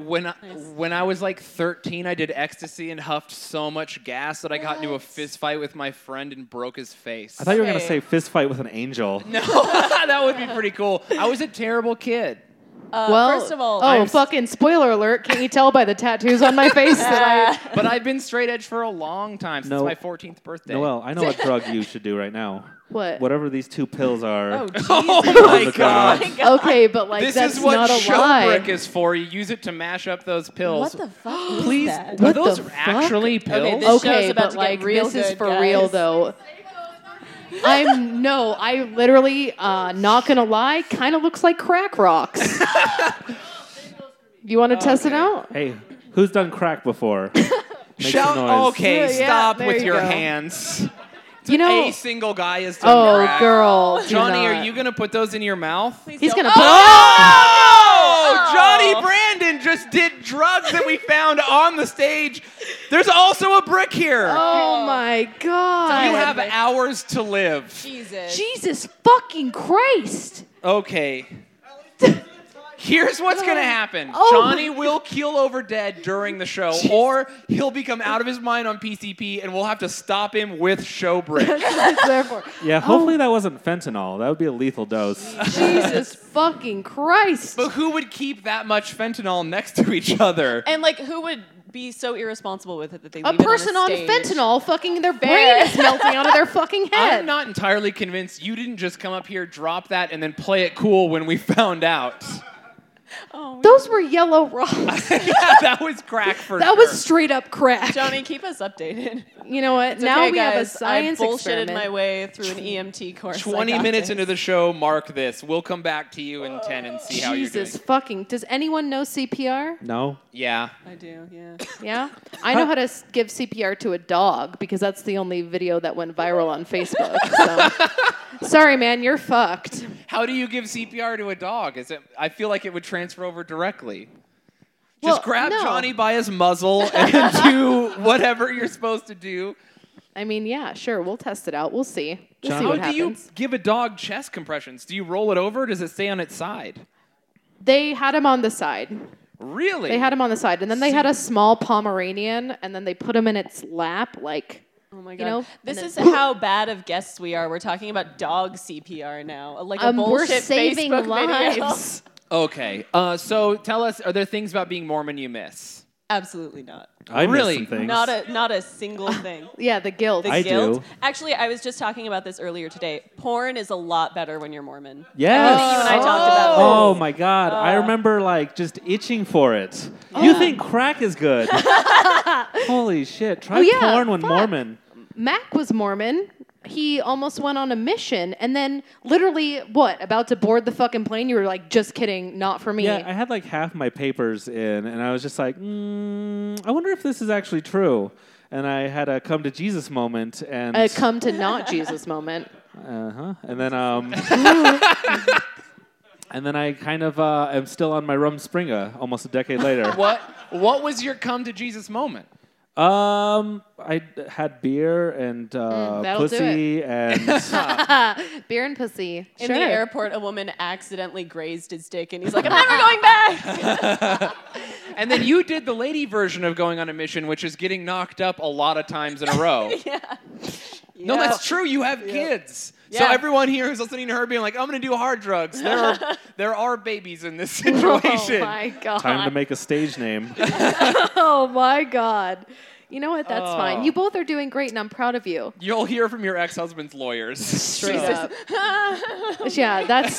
Speaker 1: When I, when I was like 13, I did ecstasy and huffed so much gas that I got into a
Speaker 4: What?
Speaker 1: fist fight with my friend and broke his face.
Speaker 5: I thought you were going to
Speaker 4: Okay.
Speaker 5: say fist fight with an angel.
Speaker 1: no, that would be pretty cool. I was a terrible kid.
Speaker 4: Uh,
Speaker 3: well,
Speaker 4: first of all,
Speaker 3: oh
Speaker 4: I'm s-
Speaker 3: fucking spoiler alert! Can you tell by the tattoos on my face that
Speaker 1: But I've been straight edge for a long time since
Speaker 5: No.
Speaker 1: my 14th birthday.
Speaker 5: Noel, I know what drug you should do right now.
Speaker 3: I what?
Speaker 5: Whatever these two pills are.
Speaker 4: oh, Jesus.
Speaker 1: Oh
Speaker 5: on
Speaker 1: my
Speaker 5: the
Speaker 1: god.
Speaker 5: ground.
Speaker 3: Okay, but like
Speaker 1: This
Speaker 3: that's
Speaker 1: is what
Speaker 3: not a lie.
Speaker 1: Showbrick is for. You use it to mash up those pills.
Speaker 4: what the fuck? is
Speaker 1: Please,
Speaker 4: that?
Speaker 1: were
Speaker 3: What the
Speaker 1: those
Speaker 3: fuck?
Speaker 1: actually pills?
Speaker 4: Okay, this-
Speaker 3: okay,
Speaker 4: show's about
Speaker 3: but
Speaker 4: to get
Speaker 3: like
Speaker 4: real
Speaker 3: this is
Speaker 4: good,
Speaker 3: for real
Speaker 4: guys.
Speaker 3: though. I'm no, I literally uh, not gonna lie, kind of looks like crack rocks. you want to test it out?
Speaker 5: Hey, who's done crack before? Make some
Speaker 1: Shout.
Speaker 5: noise.
Speaker 1: Okay,
Speaker 3: Yeah, yeah,
Speaker 1: stop
Speaker 3: there
Speaker 1: with
Speaker 3: you
Speaker 1: your
Speaker 3: go.
Speaker 1: hands.
Speaker 3: You know,
Speaker 1: a single guy is. done
Speaker 3: oh
Speaker 1: crack.
Speaker 3: girl, do
Speaker 1: Johnny, are
Speaker 3: not.
Speaker 1: you gonna put those in your mouth?
Speaker 4: Please
Speaker 3: He's
Speaker 4: don't-
Speaker 3: gonna.
Speaker 4: Oh!
Speaker 1: Oh!
Speaker 4: Oh.
Speaker 1: Johnny Brandon just did drugs that we found on the stage. There's also a brick here.
Speaker 3: Oh my god!
Speaker 1: you have hours to live.
Speaker 4: Jesus.
Speaker 3: Jesus fucking Christ!
Speaker 1: Okay. Here's what's gonna happen.
Speaker 3: Oh
Speaker 1: Johnny will keel over dead during the show, or he'll become out of his mind on PCP, and we'll have to stop him with show break.
Speaker 3: Therefore,
Speaker 5: Yeah, hopefully
Speaker 4: Oh.
Speaker 5: that wasn't fentanyl. That would be a lethal dose.
Speaker 3: Jesus fucking Christ!
Speaker 1: but who would keep that much fentanyl next to each other?
Speaker 4: And like, who would be so irresponsible with it that they
Speaker 3: a
Speaker 4: leave it
Speaker 3: person on,
Speaker 4: on, a stage?
Speaker 3: fentanyl, fucking their brain is melting onto their fucking head.
Speaker 1: I'm not entirely convinced you didn't just come up here, drop that, and then play it cool when we found out.
Speaker 4: Oh,
Speaker 3: Those were yellow rocks.
Speaker 1: yeah, that was crack for
Speaker 3: That
Speaker 1: sure.
Speaker 3: was straight up crack.
Speaker 4: Johnny, keep us updated.
Speaker 3: You know what?
Speaker 4: It's
Speaker 3: now
Speaker 4: okay,
Speaker 3: we have a
Speaker 4: guys.
Speaker 3: science
Speaker 4: I bullshitted
Speaker 3: experiment.
Speaker 4: my way through an EMT course. I
Speaker 1: 20
Speaker 4: got
Speaker 1: minutes
Speaker 4: this.
Speaker 1: into the show, mark this. We'll come back to you in 10 and see how you're doing.
Speaker 3: Jesus fucking. Does anyone know CPR?
Speaker 5: No?
Speaker 1: Yeah.
Speaker 4: I do, yeah.
Speaker 3: Yeah. I know how to s- give CPR to a dog because that's the only video that went viral on Facebook. So. Sorry, man, you're fucked.
Speaker 1: How do you give CPR to a dog? Is it? I feel like it would transfer over directly.
Speaker 3: Well,
Speaker 1: Just grab
Speaker 3: no.
Speaker 1: Johnny by his muzzle and do whatever you're supposed to do.
Speaker 3: I mean, yeah, sure. We'll test it out. We'll see. We'll
Speaker 5: John-
Speaker 3: see
Speaker 1: How
Speaker 3: what
Speaker 1: do you
Speaker 3: happens.
Speaker 1: give a dog chest compressions? Do you roll it over? Does it stay on its side?
Speaker 3: They had him on the side.
Speaker 1: Really?
Speaker 3: They had him on the side, and then they had a small Pomeranian, and then they put him in its lap, like
Speaker 4: Oh my god!
Speaker 3: You know,
Speaker 4: this
Speaker 3: and
Speaker 4: is how bad of guests we are. We're talking about dog CPR now, like a
Speaker 3: Um, we're
Speaker 4: bullshit
Speaker 3: saving
Speaker 4: Facebook video.
Speaker 3: lives.
Speaker 1: Okay. Uh, so tell us, are there things about being Mormon you miss?
Speaker 4: Absolutely not.
Speaker 5: I miss
Speaker 1: Really?
Speaker 5: some things.
Speaker 4: Not a not a single thing.
Speaker 3: Yeah, the guilt.
Speaker 4: The
Speaker 5: I
Speaker 4: guilt.
Speaker 5: do.
Speaker 4: Actually, I was just talking about this earlier today. Porn is a lot better when you're Mormon. I know that
Speaker 5: Yes.
Speaker 4: Oh, you and I talked about this. Uh.
Speaker 5: Oh my god, I remember like just itching for it. You
Speaker 4: Oh.
Speaker 5: think crack is good? Holy shit! Try
Speaker 3: Oh, yeah,
Speaker 5: porn when
Speaker 3: fuck.
Speaker 5: Mormon.
Speaker 3: Mac was Mormon. He almost went on a mission, and then literally, what about to board the fucking plane? You were like, "Just kidding, not for me."
Speaker 5: Yeah, I had like half my papers in, and I was just like, mm, I wonder if this is actually true. And I had a come to Jesus moment, and
Speaker 3: a come to not Jesus moment.
Speaker 5: Uh-huh. And then um And then I kind of uh, am still on my rum springa almost a decade later.
Speaker 1: What What was your come to Jesus moment?
Speaker 5: um I d- had beer and uh,
Speaker 3: Mm, that'll do
Speaker 5: pussy and
Speaker 3: Beer and pussy.
Speaker 4: In
Speaker 3: sure.
Speaker 4: the airport, a woman accidentally grazed his dick, and he's like, "I'm never going back."
Speaker 1: And then you did the lady version of going on a mission, which is getting knocked up a lot of times in a row. No,
Speaker 4: Yeah.
Speaker 1: that's true. You have kids. So
Speaker 4: Yeah.
Speaker 1: everyone here who's listening to her being like, I'm going to do hard drugs. There are there are babies in this situation.
Speaker 3: Oh my god.
Speaker 5: time to make a stage name.
Speaker 3: oh my god. You know what? That's
Speaker 1: Oh.
Speaker 3: fine. You both are doing great, and I'm proud of you.
Speaker 1: You'll hear from your ex-husband's lawyers.
Speaker 3: Straight up. yeah, that's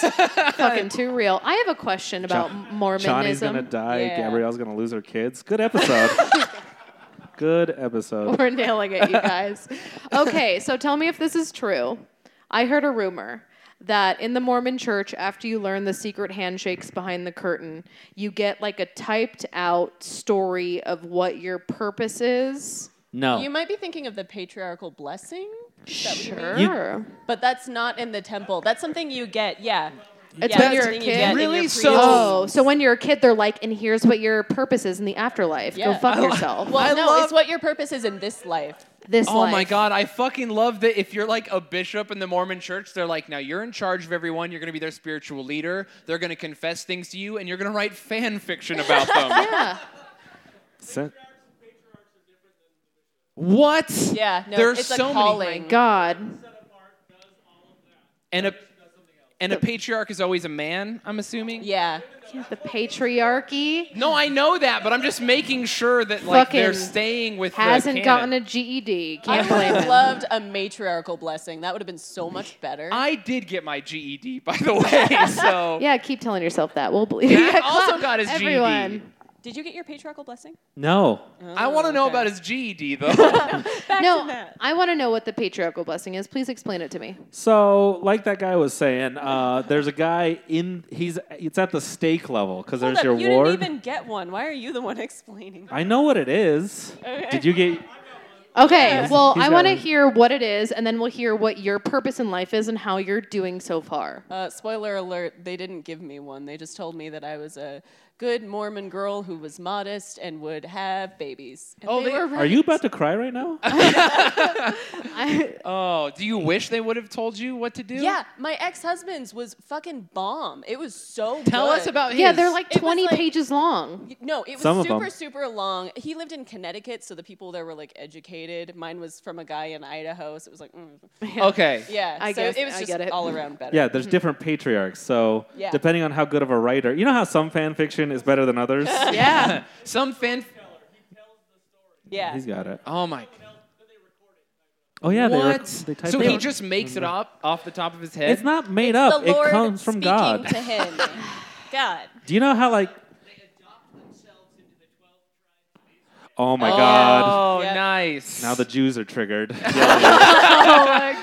Speaker 3: fucking too real. I have a question about
Speaker 5: John-
Speaker 3: Mormonism.
Speaker 5: Johnny's gonna die.
Speaker 4: Yeah.
Speaker 5: Gabrielle's gonna lose her kids. Good episode. Good episode.
Speaker 3: We're nailing it, you guys. Okay, so tell me if this is true. I heard a rumor that in the Mormon church, after you learn the secret handshakes behind the curtain, you get like a typed out story of what your purpose is.
Speaker 5: No.
Speaker 4: you might be thinking of the patriarchal blessing,
Speaker 3: Sure.
Speaker 4: but that's not in the temple. That's something you get. Yeah.
Speaker 3: It's
Speaker 4: yeah,
Speaker 3: when you're a
Speaker 4: something you
Speaker 3: kid?
Speaker 4: get in
Speaker 1: Really?
Speaker 4: your
Speaker 1: So-
Speaker 4: pre-adolescence.
Speaker 3: oh, so when you're a kid, they're like, and here's what your purpose is in the afterlife. Go
Speaker 4: Yeah.
Speaker 3: fuck
Speaker 4: I
Speaker 3: yourself.
Speaker 4: Well,
Speaker 1: I
Speaker 4: no,
Speaker 1: love-
Speaker 4: it's what your purpose is in this life.
Speaker 3: this
Speaker 1: Oh my
Speaker 3: life.
Speaker 1: God! I fucking love that. If you're like a bishop in the Mormon Church, they're like, now you're in charge of everyone. You're going to be their spiritual leader. They're going to confess things to you, and you're going to write fan fiction about them.
Speaker 3: Yeah.
Speaker 5: Sen-
Speaker 1: what?
Speaker 4: Yeah, no,
Speaker 1: There's
Speaker 4: it's a
Speaker 1: so many-
Speaker 4: calling.
Speaker 3: God.
Speaker 1: And a and a patriarch is always a man. I'm assuming.
Speaker 4: Yeah.
Speaker 3: Yeah, the patriarchy
Speaker 1: No, I know that, but I'm just making sure that like they're
Speaker 3: Fucking
Speaker 1: staying with the
Speaker 3: hasn't
Speaker 1: canon.
Speaker 3: gotten a GED.
Speaker 4: I
Speaker 3: Can't
Speaker 4: would
Speaker 3: blame
Speaker 4: have
Speaker 3: him.
Speaker 4: loved a matriarchal blessing. That would have been so much better.
Speaker 1: I did get my GED, by the way. So
Speaker 3: Yeah, keep telling yourself that. We'll believe
Speaker 1: Matt
Speaker 3: Yeah,
Speaker 1: also
Speaker 3: clap.
Speaker 1: got his GED.
Speaker 3: Everyone.
Speaker 4: Did you get your patriarchal blessing?
Speaker 5: no.
Speaker 1: I want to know
Speaker 4: okay.
Speaker 1: about his GED though.
Speaker 4: Back to
Speaker 3: No,
Speaker 4: Matt.
Speaker 3: I want to know what the patriarchal blessing is. Please explain it to me.
Speaker 5: So, like that guy was saying, uh, there's a guy in. He's it's at the stake level because
Speaker 4: Hold
Speaker 5: there's
Speaker 4: up,
Speaker 5: your
Speaker 4: you
Speaker 5: ward.
Speaker 4: didn't even get one. Why are you the one explaining?
Speaker 5: I know what it is. Did you get?
Speaker 3: Okay, well,
Speaker 5: he's
Speaker 3: I want to
Speaker 5: got one.
Speaker 3: hear what it is, and then we'll hear what your purpose in life is and how you're doing so far.
Speaker 4: Uh, spoiler alert, they didn't give me one. They just told me that I was a good Mormon girl who was modest and would have babies. And
Speaker 1: Oh,
Speaker 4: they
Speaker 1: they-
Speaker 4: were
Speaker 5: Are you about to cry right now?
Speaker 3: I,
Speaker 1: oh, do you wish they would have told you what to do?
Speaker 4: Yeah, my ex husband's was fucking bomb. It was so
Speaker 1: Tell
Speaker 4: good.
Speaker 1: us about his.
Speaker 3: yeah, they're like
Speaker 4: It was
Speaker 3: 20
Speaker 4: like-
Speaker 3: pages long.
Speaker 4: No, it was
Speaker 5: Some of
Speaker 4: super,
Speaker 5: them.
Speaker 4: super long. He lived in Connecticut, so the people there were like educated. Mine was from a guy in Idaho, so it was like, mm.
Speaker 1: Okay.
Speaker 4: yeah.
Speaker 3: I
Speaker 4: so
Speaker 3: guess-
Speaker 4: it was
Speaker 3: I
Speaker 4: just
Speaker 3: get it.
Speaker 4: all around better.
Speaker 5: yeah, there's different patriarchs. So
Speaker 4: Yeah.
Speaker 5: depending on how good of a writer, you know how some fan fiction is better than others.
Speaker 3: Yeah.
Speaker 1: Some fan.
Speaker 4: Yeah.
Speaker 5: He's got it.
Speaker 1: Oh my.
Speaker 5: Oh yeah, they rec-
Speaker 1: what?
Speaker 5: they type
Speaker 1: so
Speaker 5: it
Speaker 1: he
Speaker 5: out. Mm-hmm.
Speaker 1: just makes it up off the top of his head.
Speaker 5: It's not made
Speaker 4: the
Speaker 5: up.
Speaker 4: Lord
Speaker 5: it comes from
Speaker 4: speaking
Speaker 5: God.
Speaker 4: to him. God.
Speaker 5: Do you know how like? Oh my God!
Speaker 1: Oh,
Speaker 4: Yep.
Speaker 1: nice.
Speaker 5: Now the Jews are triggered.
Speaker 3: oh my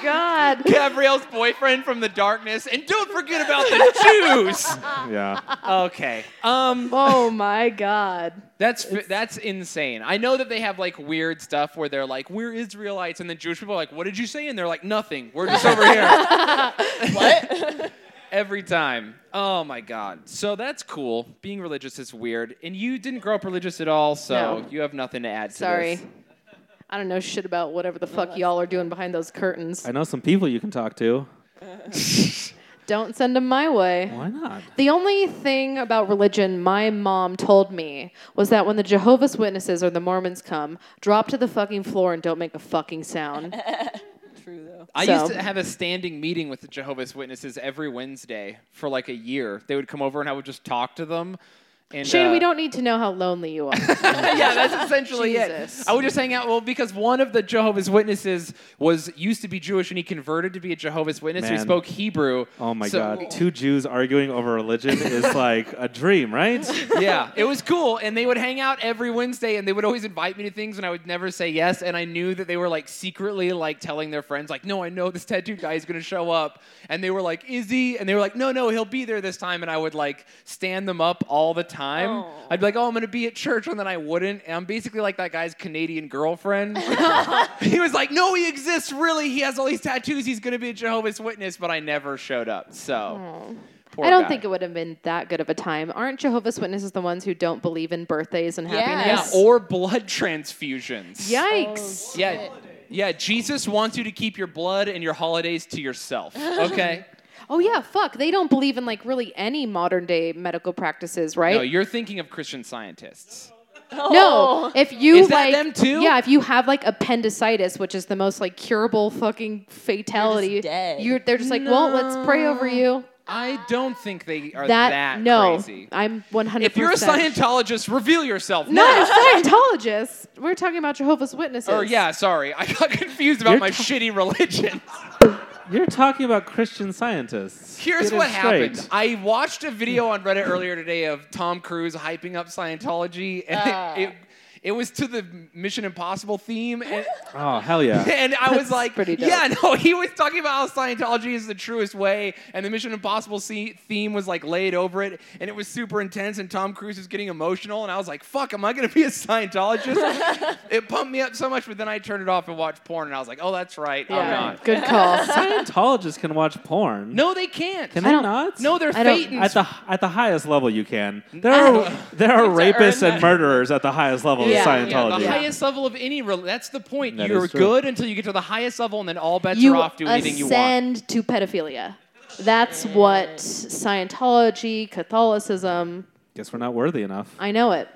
Speaker 3: God.
Speaker 1: Gabrielle's boyfriend from the darkness, and don't forget about the Jews.
Speaker 5: yeah.
Speaker 1: okay. Um,
Speaker 3: Oh my God.
Speaker 1: that's fi- that's insane. I know that they have like weird stuff where they're like, "We're Israelites," and the Jewish people are like, "What did you say?" And they're like, "Nothing. We're just over here."
Speaker 4: What?
Speaker 1: Every time. Oh my God. So that's cool. Being religious is weird, and you didn't grow up religious at all, so
Speaker 3: No.
Speaker 1: you have nothing to add. to
Speaker 3: Sorry.
Speaker 1: this.
Speaker 3: I don't know shit about whatever the fuck y'all are doing behind those curtains.
Speaker 5: I know some people you can talk to.
Speaker 3: Don't send them my way.
Speaker 5: Why not?
Speaker 3: The only thing about religion my mom told me was that when the Jehovah's Witnesses or the Mormons come, drop to the fucking floor and don't make a fucking sound.
Speaker 4: True though.
Speaker 1: I
Speaker 3: So-
Speaker 1: used to have a standing meeting with the Jehovah's Witnesses every Wednesday for like a year. They would come over and I would just talk to them. And
Speaker 3: Shane,
Speaker 1: uh,
Speaker 3: we don't need to know how lonely you are.
Speaker 1: yeah, that's essentially
Speaker 3: Jesus.
Speaker 1: it. I would just hang out. Well, because one of the Jehovah's Witnesses was used to be Jewish and he converted to be a Jehovah's Witness. who
Speaker 5: Man.
Speaker 1: spoke Hebrew.
Speaker 5: Oh my
Speaker 1: So-
Speaker 5: God. Two Jews arguing over religion is like a dream, right?
Speaker 1: yeah, it was cool. And they would hang out every Wednesday, and they would always invite me to things, and I would never say yes. And I knew that they were like secretly like telling their friends, like, "No, I know this tattooed guy is gonna show up." And they were like, "Is he?" And they were like, "No, no, he'll be there this time." And I would like stand them up all the time.
Speaker 4: Oh.
Speaker 1: I'd be like, "Oh, I'm gonna be at church," and then I wouldn't. And I'm basically like that guy's Canadian girlfriend. he was like, "No, he exists really. He has all these tattoos. He's gonna be a Jehovah's Witness," but I never showed up. So. Poor
Speaker 3: Oh. I don't
Speaker 1: guy.
Speaker 3: think it would have been that good of a time. Aren't Jehovah's Witnesses the ones who don't believe in birthdays and
Speaker 4: Yeah.
Speaker 1: Yeah,
Speaker 3: happiness?
Speaker 1: or blood transfusions.
Speaker 3: Yikes.
Speaker 1: Yeah. Yeah, Jesus wants you to keep your blood and your holidays to yourself. Okay?
Speaker 3: Oh yeah, fuck. They don't believe in like really any modern day medical practices, right?
Speaker 1: no, you're thinking of Christian scientists.
Speaker 3: No, if you
Speaker 1: Is that
Speaker 3: like
Speaker 1: them too?
Speaker 3: Yeah, if you have like appendicitis, which is the most like curable fucking fatality,
Speaker 4: dead.
Speaker 3: you're- they're just like, well, let's pray over you.
Speaker 1: I don't think they are
Speaker 3: That,
Speaker 1: that,
Speaker 3: no,
Speaker 1: crazy.
Speaker 3: I'm 100.
Speaker 1: If you're a Scientologist, reveal yourself. now.
Speaker 3: not a Scientologist, we're talking about Jehovah's Witnesses.
Speaker 1: Or yeah, sorry, I got confused about
Speaker 5: You're
Speaker 1: my
Speaker 5: ta-
Speaker 1: shitty religion.
Speaker 5: You're talking about Christian scientists.
Speaker 1: Here's
Speaker 5: Get it
Speaker 1: what
Speaker 5: straight.
Speaker 1: happened. I watched a video on Reddit earlier today of Tom Cruise hyping up Scientology, and it, it it was to the Mission Impossible theme, and
Speaker 5: Oh, hell yeah.
Speaker 1: And I was like,
Speaker 3: pretty dope.
Speaker 1: yeah, no, he was talking about how Scientology is the truest way, and the Mission Impossible se- theme was like laid over it, and it was super intense, and Tom Cruise was getting emotional, and I was like, fuck, am I gonna be a Scientologist? it pumped me up so much, but then I turned it off and watched porn, and I was like, oh, that's right, I'm
Speaker 3: yeah,
Speaker 1: not.
Speaker 3: good call.
Speaker 5: Scientologists can watch porn.
Speaker 1: No, they can't.
Speaker 5: Can
Speaker 3: I
Speaker 5: they
Speaker 3: don't-
Speaker 5: not?
Speaker 1: no, they're
Speaker 3: I don't-
Speaker 1: Thetans.
Speaker 5: At the at the highest level, you can. There are there are
Speaker 4: to earn
Speaker 5: rapists and
Speaker 4: that.
Speaker 5: murderers at the highest level
Speaker 3: Yeah.
Speaker 5: of
Speaker 1: Yeah,
Speaker 5: Scientology.
Speaker 1: the
Speaker 3: Yeah.
Speaker 1: highest level of any rel that's the point.
Speaker 5: That
Speaker 1: You're
Speaker 5: is true.
Speaker 1: good until you get to the highest level, and then all bets
Speaker 3: you
Speaker 1: are off. Do anything you want.
Speaker 3: ascend to pedophilia. That's what Scientology, Catholicism.
Speaker 5: Guess we're not worthy enough.
Speaker 3: I know it.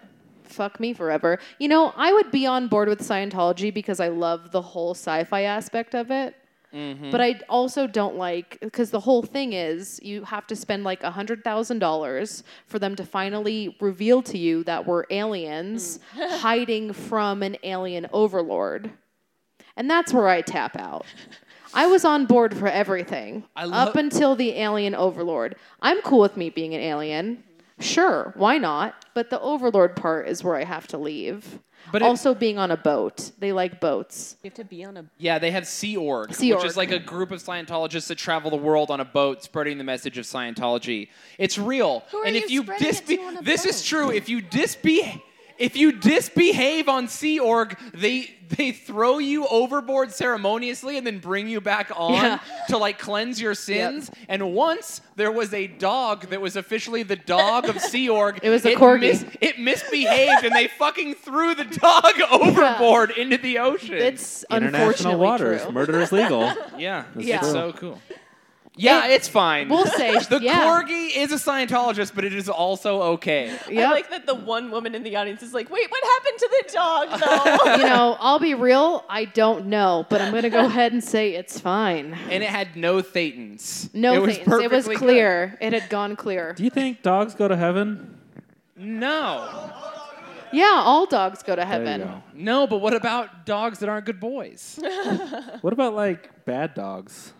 Speaker 3: Fuck me forever. You know, I would be on board with Scientology because I love the whole sci fi aspect of it. But I also don't like because the whole thing is you have to spend like hundred thousand dollars for them to finally reveal to you that we're aliens hiding from an alien overlord, and that's where I tap out. I was on board for everything
Speaker 1: I lo-
Speaker 3: up until the alien overlord. I'm cool with me being an alien. Sure, why not? But the overlord part is where I have to leave.
Speaker 1: But
Speaker 3: But
Speaker 1: it-
Speaker 3: also being on a boat. They like boats.
Speaker 4: You have to be on a
Speaker 1: Yeah, they have Sea Org,
Speaker 3: Sea
Speaker 1: which
Speaker 3: Org.
Speaker 1: is like a group of Scientologists that travel the world on a boat spreading the message of Scientology. It's real.
Speaker 4: Who are
Speaker 1: and
Speaker 4: you
Speaker 1: if you
Speaker 4: spreading it
Speaker 1: disbe-
Speaker 4: to on a
Speaker 1: this is
Speaker 4: boat?
Speaker 1: true. If you disbe if you disbehave on Sea Org, they they throw you overboard ceremoniously and then bring you back on
Speaker 3: Yeah.
Speaker 1: to like cleanse your sins. And once there was a dog that was officially the dog of Sea Org.
Speaker 3: It was a corgi.
Speaker 1: mis- it misbehaved and they fucking threw the dog overboard into the ocean.
Speaker 3: It's
Speaker 5: International
Speaker 3: unfortunately
Speaker 5: waters,
Speaker 3: true.
Speaker 5: murder is legal.
Speaker 1: Yeah,
Speaker 3: Yeah.
Speaker 1: it's
Speaker 3: true.
Speaker 1: so cool. Yeah, it's fine.
Speaker 3: We'll say
Speaker 1: the
Speaker 3: yeah.
Speaker 1: corgi is a Scientologist, but it is also okay.
Speaker 3: Yep.
Speaker 4: I like that the one woman in the audience is like, wait, what happened to the dog though?
Speaker 3: you know, I'll be real. I don't know, but I'm gonna go ahead and say it's fine.
Speaker 1: And it had no thetans.
Speaker 3: No
Speaker 1: it
Speaker 3: things. it was
Speaker 1: perfectly
Speaker 3: clear. It had gone clear.
Speaker 5: Do you think dogs go to heaven?
Speaker 1: good. No,
Speaker 3: Yeah, all dogs go to
Speaker 5: There you
Speaker 3: heaven.
Speaker 5: go.
Speaker 1: no. But what about dogs that aren't good boys?
Speaker 5: What about like bad dogs?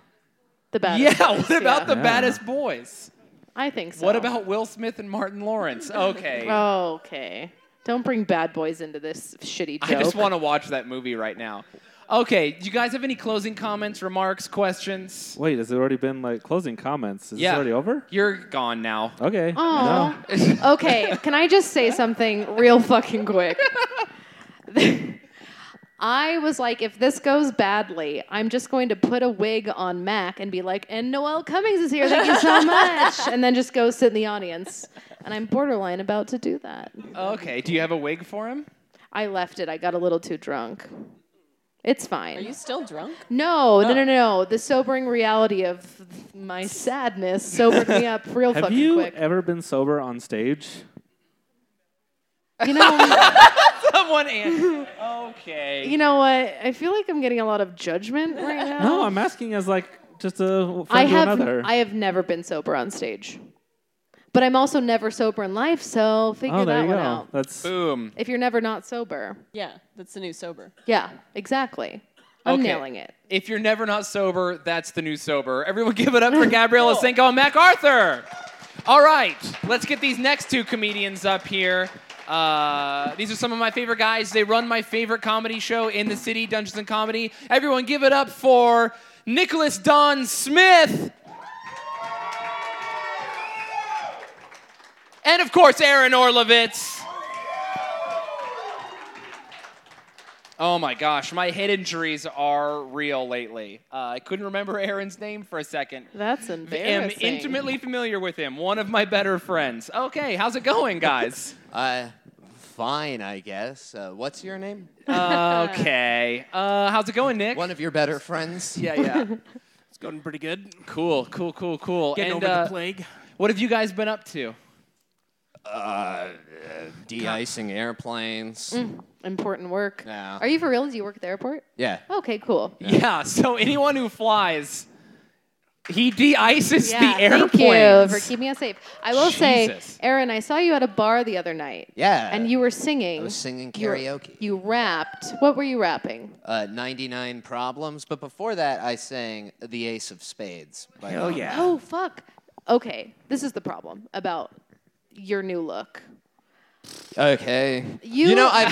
Speaker 3: The baddest.
Speaker 1: yeah.
Speaker 3: boys,
Speaker 1: What about the
Speaker 5: Yeah.
Speaker 1: baddest boys?
Speaker 3: I think so.
Speaker 1: What about Will Smith and Martin Lawrence? Okay.
Speaker 3: okay. Don't bring bad boys into this shitty joke.
Speaker 1: I just want to watch that movie right now. Okay, do you guys have any closing comments, remarks, questions?
Speaker 5: Wait, has it already been like closing comments? Is
Speaker 1: Yeah.
Speaker 5: this already over?
Speaker 1: You're gone now.
Speaker 5: Okay.
Speaker 3: Aw.
Speaker 5: No.
Speaker 3: okay, can I just say something real fucking quick? I was like, if this goes badly, I'm just going to put a wig on Mac and be like, and Noel Cummings is here. Thank you so much. And then just go sit in the audience. And I'm borderline about to do that.
Speaker 1: Okay, do you have a wig for him?
Speaker 3: I left it. I got a little too drunk. It's fine.
Speaker 4: Are you still drunk?
Speaker 5: Oh.
Speaker 3: No, no, no, no. The sobering reality of my sadness sobered me up real
Speaker 5: Have
Speaker 3: fucking
Speaker 5: you
Speaker 3: quick.
Speaker 5: ever been sober on stage?
Speaker 3: You know,
Speaker 1: Someone answer. Okay.
Speaker 3: you know what? I feel like I'm getting a lot of judgment right now.
Speaker 5: No, I'm asking as like just a friend
Speaker 3: I have
Speaker 5: to another.
Speaker 3: I have never been sober on stage, but I'm also never sober in life. So figure
Speaker 5: oh, there
Speaker 3: that
Speaker 5: you
Speaker 3: one
Speaker 5: go.
Speaker 3: out.
Speaker 5: That's
Speaker 1: Boom.
Speaker 3: If you're never not sober,
Speaker 4: Yeah, that's the new sober.
Speaker 3: yeah, exactly. I'm
Speaker 1: Okay.
Speaker 3: nailing it.
Speaker 1: If you're never not sober, that's the new sober. Everyone give it up for Gabrielle Asenko and MacArthur. All right, let's get these next two comedians up here. Uh, these are some of my favorite guys. They run my favorite comedy show in the city, Dungeons and Comedy. Everyone give it up for Nicholas Don Smith. And of course, Aaron Orlovitz. Oh my gosh, my head injuries are real lately. Uh, I couldn't remember Aaron's name for a second.
Speaker 3: That's
Speaker 1: am
Speaker 3: embarrassing.
Speaker 1: intimately familiar with him, one of my better friends. Okay, how's it going, guys?
Speaker 6: Uh, fine, I guess. Uh, what's your name?
Speaker 1: okay. Uh, how's it going, Nick?
Speaker 6: One of your better friends.
Speaker 1: yeah, yeah.
Speaker 7: It's going pretty good.
Speaker 1: Cool, cool, cool, cool.
Speaker 7: Getting
Speaker 1: and
Speaker 7: over
Speaker 1: uh,
Speaker 7: the plague.
Speaker 1: what have you guys been up to?
Speaker 6: De-icing airplanes.
Speaker 3: Important work.
Speaker 6: Yeah.
Speaker 3: Are you for real? Do you work at the airport?
Speaker 6: Yeah.
Speaker 3: Okay, cool.
Speaker 1: Yeah, so anyone who flies, he de ices
Speaker 3: Yeah,
Speaker 1: the airplanes.
Speaker 3: thank you for keeping us safe. I will
Speaker 1: Jesus.
Speaker 3: say, Aaron, I saw you at a bar the other night.
Speaker 6: Yeah.
Speaker 3: And you were singing.
Speaker 6: I was singing
Speaker 3: You were-
Speaker 6: karaoke.
Speaker 3: You, rapped. What were you rapping?
Speaker 6: Uh, 99 problems. But before that, I sang The Ace of Spades. By
Speaker 7: Hell
Speaker 6: Lana.
Speaker 7: yeah.
Speaker 3: Oh fuck. Okay, this is the problem about your new look.
Speaker 6: Okay.
Speaker 3: You-
Speaker 6: know, I,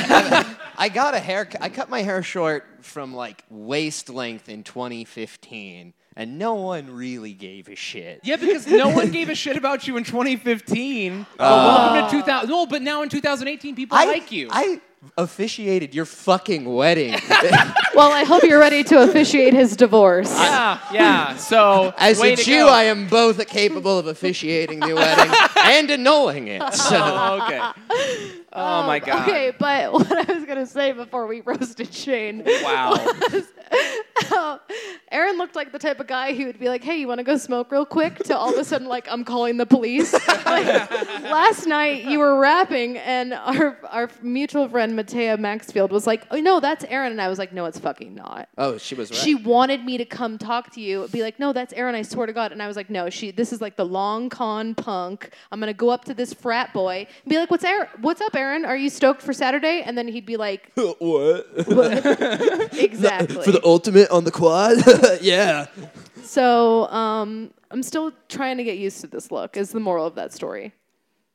Speaker 6: I, I got a hair. I cut my hair short from like waist length in 2015, and no one really gave a shit.
Speaker 1: Yeah, because no one gave a shit about you in 2015. welcome to 2000. No, but now in 2018, people
Speaker 6: I
Speaker 1: like you.
Speaker 6: I officiated your fucking wedding.
Speaker 3: Well, I hope you're ready to officiate his divorce.
Speaker 1: yeah, yeah. So
Speaker 6: As
Speaker 1: way
Speaker 6: a
Speaker 1: to
Speaker 6: Jew,
Speaker 1: go.
Speaker 6: I am both capable of officiating the wedding and annulling it. So
Speaker 1: Oh, okay. Oh my god.
Speaker 3: Okay, but what I was gonna say before we roasted Shane,
Speaker 1: Wow.
Speaker 3: Aaron looked like the type of guy who would be like, "Hey, you want to go smoke real quick?" To all of a sudden, like, I'm calling the police. like, last night you were rapping, and our our mutual friend Matea Maxfield was like, "Oh no, that's Aaron," and I was like, "No, it's fucking not."
Speaker 6: Oh, she was right.
Speaker 3: She wanted me to come talk to you, be like, "No, that's Aaron. I swear to God." And I was like, "No, she. This is like the long con punk. I'm gonna go up to this frat boy and be like, "What's Aaron? What's up, Aaron? Are you stoked for Saturday?" And then he'd be like,
Speaker 6: what?
Speaker 3: "Exactly."
Speaker 6: ultimate on the quad? yeah.
Speaker 3: so um, I'm still trying to get used to this look. Is the moral of that story?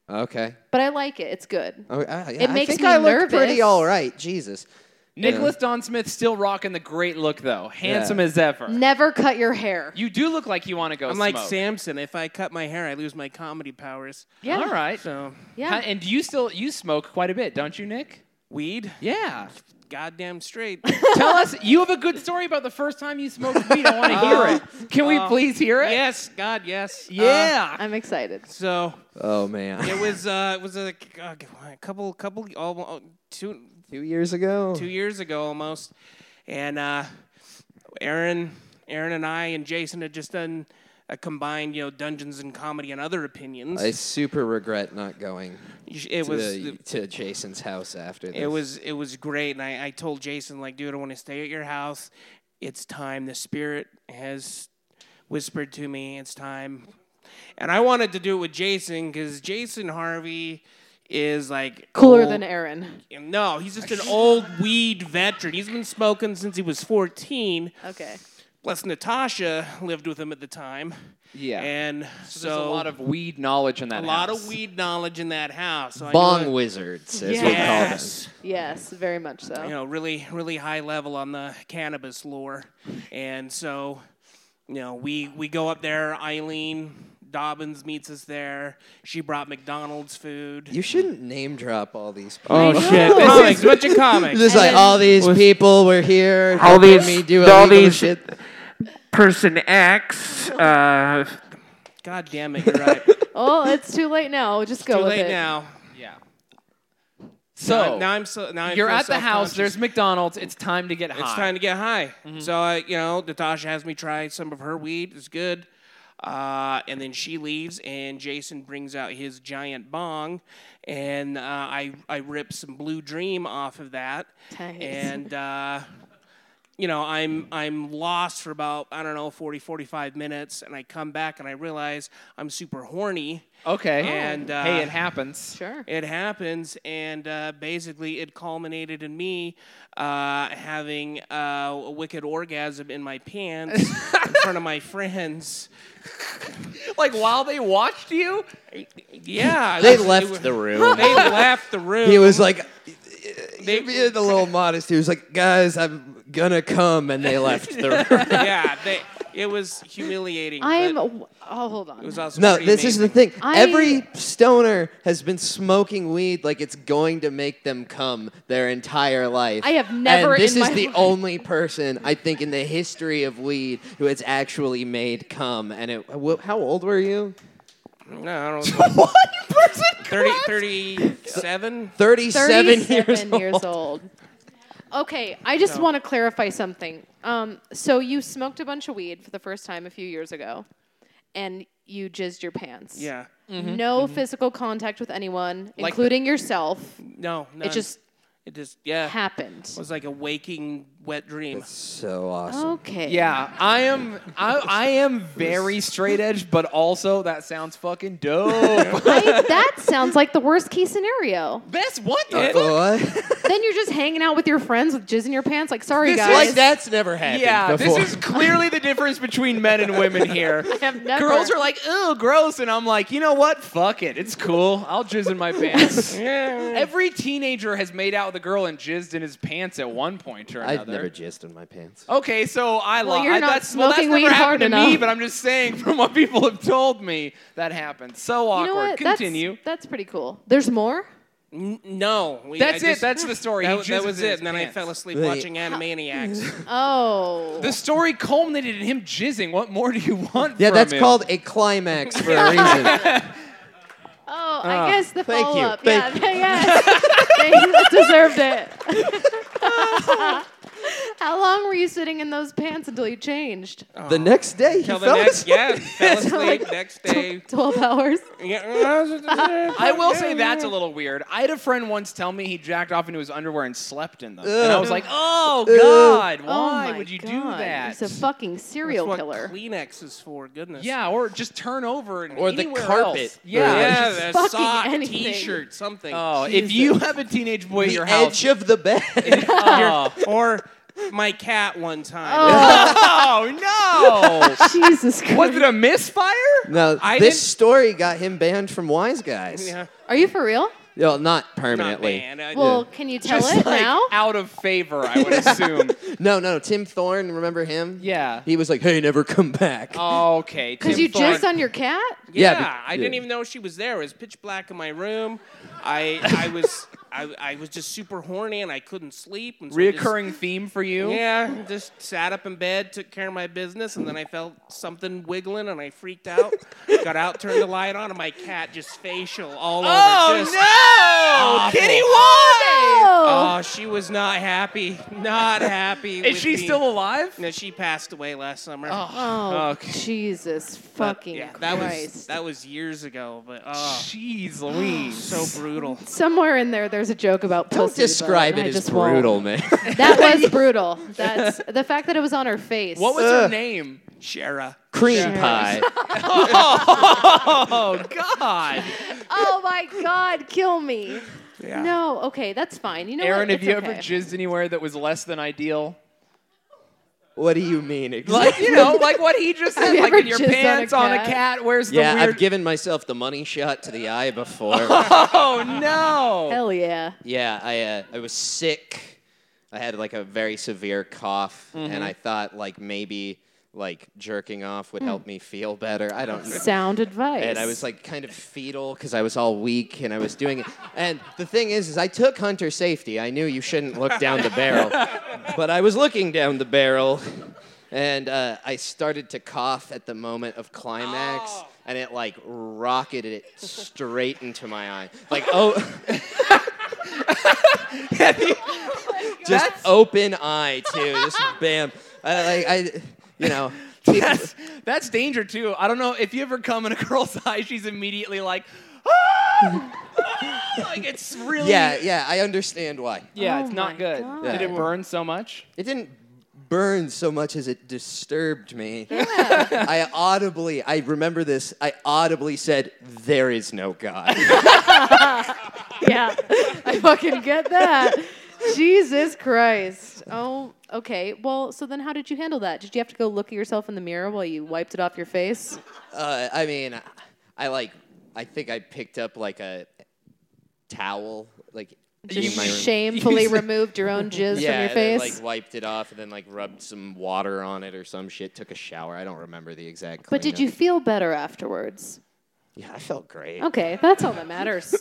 Speaker 6: Okay.
Speaker 3: But I like it. It's good.
Speaker 6: Oh, yeah,
Speaker 3: It makes
Speaker 6: I think
Speaker 3: me
Speaker 6: I looked pretty
Speaker 3: nervous.
Speaker 6: all right. Jesus.
Speaker 1: Nicholas Don Smith still rocking the great look though, handsome as ever.
Speaker 3: Never cut your hair.
Speaker 1: You do look like you want to go.
Speaker 7: I'm like
Speaker 1: smoke.
Speaker 7: Samson. If I cut my hair, I lose my comedy powers.
Speaker 3: Yeah.
Speaker 1: All right.
Speaker 7: So,
Speaker 3: yeah.
Speaker 1: Huh, And you still you smoke quite a bit, don't you, Nick?
Speaker 7: weed,
Speaker 1: Yeah.
Speaker 7: goddamn straight.
Speaker 1: Tell us. You have a good story about the first time you smoked weed. I want to hear it. Can we please hear it?
Speaker 7: yes, God, yes. Uh,
Speaker 1: Yeah.
Speaker 3: I'm excited.
Speaker 7: so
Speaker 6: Oh man.
Speaker 7: it was uh, it was a, a couple couple almost two
Speaker 6: Two years ago.
Speaker 7: two years ago almost, and uh, Aaron, Aaron and I and Jason had just done a combined, you know, Dungeons and Comedy and other opinions.
Speaker 6: I super regret not going
Speaker 7: it
Speaker 6: to,
Speaker 7: was
Speaker 6: the- to Jason's house after this.
Speaker 7: it was it was great, and I, I told Jason like, dude, I want to stay at your house. It's time. The spirit has whispered to me. It's time. And I wanted to do it with Jason because Jason Harvey is like
Speaker 3: Cooler
Speaker 7: old-
Speaker 3: than Aaron.
Speaker 7: No, he's just an old weed veteran. He's been smoking since he was 14.
Speaker 3: Okay.
Speaker 7: Plus, Natasha lived with him at the time.
Speaker 1: Yeah.
Speaker 7: And so,
Speaker 1: There's a lot of weed knowledge in that.
Speaker 7: a lot of
Speaker 1: house.
Speaker 7: weed knowledge in that house. So I knew
Speaker 6: Bong
Speaker 7: it-
Speaker 6: wizards, as we call them.
Speaker 7: Yes.
Speaker 3: Yes, very much so.
Speaker 7: You know, really, really high level on the cannabis lore. And so, you know, we, we go up there. Eileen Dobbins meets us there. She brought McDonald's food.
Speaker 6: You shouldn't name drop all these people.
Speaker 5: Oh shit!
Speaker 3: know.
Speaker 7: comics, bunch of comics.
Speaker 6: Just like
Speaker 3: then-
Speaker 6: all these people were here.
Speaker 7: All
Speaker 6: helping
Speaker 7: these-
Speaker 6: me do
Speaker 7: all
Speaker 6: illegal
Speaker 7: these-
Speaker 6: shit.
Speaker 7: person X. Uh, God damn it, you're right.
Speaker 3: Oh, it's too late now. Just go
Speaker 7: Too
Speaker 3: with
Speaker 7: late
Speaker 3: it.
Speaker 7: now.
Speaker 1: Yeah.
Speaker 7: Now,
Speaker 1: So
Speaker 7: now I'm so now I
Speaker 1: you're
Speaker 7: feel
Speaker 1: at the house.
Speaker 7: self-conscious.
Speaker 1: There's McDonald's. It's time to get high. Mm-hmm.
Speaker 7: It's time to get high. So I, you know, Natasha has me try some of her weed. It's good. Uh, and then she leaves, and Jason brings out his giant bong, and uh, I I rip some Blue Dream off of that,
Speaker 3: Nice.
Speaker 7: and. Uh, you know i'm i'm lost for about i don't know 40 45 minutes and i come back and i realize i'm super horny
Speaker 1: Okay.
Speaker 7: And, uh,
Speaker 1: Oh. hey, it happens.
Speaker 3: Sure.
Speaker 7: it happens and uh, basically it culminated in me uh, having uh, a wicked orgasm in my pants in front of my friends
Speaker 1: Like while they watched you,
Speaker 7: yeah
Speaker 6: They
Speaker 7: it was-
Speaker 6: left
Speaker 7: it
Speaker 6: the
Speaker 7: was-
Speaker 6: room.
Speaker 7: they left the room
Speaker 6: He was like,
Speaker 7: They-
Speaker 6: they being a little modest. He was like, guys, I'm gonna come, and they left the room.
Speaker 7: yeah they, it was humiliating
Speaker 3: I'm.
Speaker 7: but
Speaker 3: Oh, hold on.
Speaker 7: it was also
Speaker 6: No,
Speaker 7: pretty
Speaker 6: this is the
Speaker 7: amazing.
Speaker 6: thing.
Speaker 3: I-
Speaker 6: Every stoner has been smoking weed like it's going to make them come their entire life.
Speaker 3: I have never
Speaker 6: And this
Speaker 3: in
Speaker 6: is
Speaker 3: my
Speaker 6: the
Speaker 3: life-
Speaker 6: only person I think in the history of weed who it's actually made come. And it, wh- how old were you?
Speaker 7: no, I don't know.
Speaker 6: What person?
Speaker 7: 30, 37
Speaker 6: Thirty-seven,
Speaker 3: 37
Speaker 6: years,
Speaker 3: years old. Okay, I just want to clarify something. Um, so you smoked a bunch of weed for the first time a few years ago, and you jizzed your pants.
Speaker 7: yeah
Speaker 6: Mm-hmm.
Speaker 3: No physical contact with anyone,
Speaker 7: Like-
Speaker 3: including yourself.
Speaker 7: no no
Speaker 3: It just
Speaker 7: it just yeah
Speaker 3: happened.
Speaker 7: was like a waking wet dream
Speaker 6: So awesome.
Speaker 3: Okay.
Speaker 1: yeah, I am. I, I am very straight edge, but also that sounds fucking dope.
Speaker 3: I, that sounds like the worst case scenario.
Speaker 1: Best what the fuck?
Speaker 6: What?
Speaker 3: then you're just hanging out with your friends with jizz in your pants. Like, sorry
Speaker 1: This is-
Speaker 3: guys,
Speaker 6: like that's never happened
Speaker 1: Yeah,
Speaker 6: before.
Speaker 1: this is clearly the difference between men and women here.
Speaker 3: I have never.
Speaker 1: Girls are like, "Ew, gross," and I'm like, "You know what? Fuck it. It's cool. I'll jizz in my pants." Every teenager has made out with a girl and jizzed in his pants at one point or another.
Speaker 6: I've never jizzed in my pants.
Speaker 1: Okay, so I
Speaker 3: Well,
Speaker 1: lied.
Speaker 3: you're not
Speaker 1: that's, well, that's
Speaker 3: smoking
Speaker 1: never
Speaker 3: weed
Speaker 1: happened
Speaker 3: hard
Speaker 1: to me,
Speaker 3: enough.
Speaker 1: but I'm just saying from what people have told me that happened. So
Speaker 3: you
Speaker 1: awkward.
Speaker 3: know what? That's-
Speaker 1: Continue.
Speaker 3: That's, pretty cool. There's more.
Speaker 7: N- no, we- I
Speaker 1: That's, it.
Speaker 7: just-
Speaker 1: that's the story.
Speaker 7: That,
Speaker 1: He
Speaker 7: that
Speaker 1: jizzes
Speaker 7: was
Speaker 1: in his
Speaker 7: it, and then I
Speaker 1: pants.
Speaker 7: fell asleep
Speaker 6: Wait.
Speaker 7: watching Animaniacs.
Speaker 3: Oh.
Speaker 1: The story culminated in him jizzing. What more do you want?
Speaker 6: Yeah,
Speaker 1: from
Speaker 6: that's
Speaker 1: him?
Speaker 6: called a climax for a reason.
Speaker 3: Oh, I guess the
Speaker 6: thank you.
Speaker 3: follow up. Yeah,
Speaker 6: Thank
Speaker 3: yes. Thanks, deserved it. How long were you sitting in those pants until you changed?
Speaker 6: the next day, he
Speaker 7: Till the
Speaker 6: fell
Speaker 7: next,
Speaker 6: asleep.
Speaker 7: yeah, fell asleep
Speaker 3: like-
Speaker 7: next day.
Speaker 3: Twelve hours.
Speaker 7: I
Speaker 1: I will say that's a little weird. I had a friend once tell me he jacked off into his underwear and slept in them, and I was like, "Oh God, why
Speaker 3: oh my
Speaker 1: would you
Speaker 3: God.
Speaker 1: do that?"
Speaker 3: He's a fucking serial
Speaker 7: what
Speaker 3: killer.
Speaker 7: Kleenex is for. Goodness.
Speaker 1: yeah, or just turn over and
Speaker 6: Or the
Speaker 1: anywhere
Speaker 6: carpet.
Speaker 1: else.
Speaker 7: yeah.
Speaker 1: Yeah, it's just-
Speaker 3: fucking
Speaker 7: the sock,
Speaker 3: anything.
Speaker 7: T-shirt, something.
Speaker 1: oh, if you have a teenage boy in
Speaker 6: the
Speaker 1: your house,
Speaker 6: edge of the bed.
Speaker 1: oh,
Speaker 7: or my cat one time.
Speaker 3: Oh,
Speaker 1: oh
Speaker 3: Jesus
Speaker 1: no! Was
Speaker 3: Christ.
Speaker 1: it a misfire?
Speaker 6: no,
Speaker 7: I
Speaker 6: this
Speaker 7: didn't-
Speaker 6: story got him banned from Wise Guys.
Speaker 7: Yeah,
Speaker 3: Are you for real?
Speaker 6: Well, not
Speaker 7: not uh,
Speaker 6: permanently.
Speaker 7: bad. I-
Speaker 3: Well, can you tell
Speaker 1: Just
Speaker 3: it
Speaker 1: like
Speaker 3: now?
Speaker 1: out of favor, I would assume.
Speaker 6: no, no, Tim Thorne, remember him?
Speaker 1: yeah. Oh,
Speaker 6: He was like, "Hey, never come back."
Speaker 1: Okay.
Speaker 3: Because
Speaker 1: Tim
Speaker 3: you
Speaker 1: Thorne.
Speaker 3: jizzed on your cat?
Speaker 7: yeah,
Speaker 6: yeah, but-
Speaker 7: I didn't
Speaker 6: yeah.
Speaker 7: even know she was there. It was pitch black in my room. I I was I, I was just super horny and I couldn't sleep. And so I just-
Speaker 1: reoccurring theme for you.
Speaker 7: Yeah, just sat up in bed, took care of my business, and then I felt something wiggling, and I freaked out. Got out, turned the light on, and my cat just facial all over.
Speaker 1: Oh
Speaker 7: just-
Speaker 1: no,
Speaker 7: awful.
Speaker 1: Kitty! Why?
Speaker 7: Oh, she was not happy. Not happy.
Speaker 1: Is
Speaker 7: with
Speaker 1: she
Speaker 7: me.
Speaker 1: still alive?
Speaker 7: No, she passed away last summer.
Speaker 3: Oh,
Speaker 1: Okay.
Speaker 3: Jesus
Speaker 7: But,
Speaker 3: fucking
Speaker 7: yeah, that was
Speaker 3: Christ.
Speaker 7: that was years ago, but oh,
Speaker 1: Jeez, Louise.
Speaker 7: so brutal.
Speaker 3: Somewhere in there, there's a joke about
Speaker 6: Don't
Speaker 3: pussy, but
Speaker 6: describe it
Speaker 3: I
Speaker 6: as
Speaker 3: just won't.
Speaker 6: brutal, man.
Speaker 3: That was brutal. That's the fact that it was on her face.
Speaker 1: What was her name?
Speaker 7: Shara.
Speaker 6: Cream
Speaker 3: Sure.
Speaker 6: pie.
Speaker 1: Oh God!
Speaker 3: Oh my God! Kill me.
Speaker 7: Yeah.
Speaker 3: No. Okay, that's fine. You know,
Speaker 1: Aaron,
Speaker 3: what?
Speaker 1: have
Speaker 3: It's
Speaker 1: you
Speaker 3: okay.
Speaker 1: ever jizzed anywhere that was less than ideal?
Speaker 6: what do you mean? Exactly?
Speaker 1: Like you know, like what he just said,
Speaker 3: you
Speaker 1: like
Speaker 3: ever
Speaker 1: in your
Speaker 3: jizzed on a
Speaker 1: pants on a cat.
Speaker 3: cat?
Speaker 1: Where's the
Speaker 6: yeah,
Speaker 1: weird?
Speaker 6: I've given myself the money shot to the eye before.
Speaker 1: oh no!
Speaker 3: Hell yeah.
Speaker 6: Yeah, I uh, I was sick. I had like a very severe cough, and I thought like maybe like jerking off would help me feel better. I don't know.
Speaker 3: Sound advice.
Speaker 6: And I was like kind of fetal because I was all weak and I was doing it. And the thing is, is I took hunter safety. I knew you shouldn't look down the barrel, but I was looking down the barrel, and uh, I started to cough at the moment of climax,
Speaker 1: Oh.
Speaker 6: and it like rocketed it straight into my eye. Like oh. just open eye too. just bam. I, like I, you know,
Speaker 1: That's, that's danger too. I don't know if you ever come in a girl's eye, she's immediately like, "Ah!" Ah!" like it's really
Speaker 6: Yeah, yeah, I understand why.
Speaker 1: Yeah,
Speaker 3: Oh
Speaker 1: it's not
Speaker 3: my
Speaker 1: good.
Speaker 3: God.
Speaker 1: Did
Speaker 6: Yeah.
Speaker 1: it burn so much?
Speaker 6: It didn't burn so much as it disturbed me. I audibly, I remember this, I audibly said, There is no God.
Speaker 3: yeah, I fucking get that. Jesus Christ. Oh, okay. Well, so then how did you handle that? Did you have to go look at yourself in the mirror while you wiped it off your face?
Speaker 6: uh, I mean, I like, I think I picked up like a towel, like,
Speaker 3: Just
Speaker 6: in my room.
Speaker 3: shamefully removed your own jizz
Speaker 6: yeah,
Speaker 3: from your
Speaker 6: then,
Speaker 3: face?
Speaker 6: like wiped it off and then like rubbed some water on it or some shit. Took a shower. I don't remember the exact.
Speaker 3: but did you
Speaker 6: cleanup.
Speaker 3: feel better afterwards?
Speaker 6: Yeah, I felt great.
Speaker 3: Okay, that's all that matters.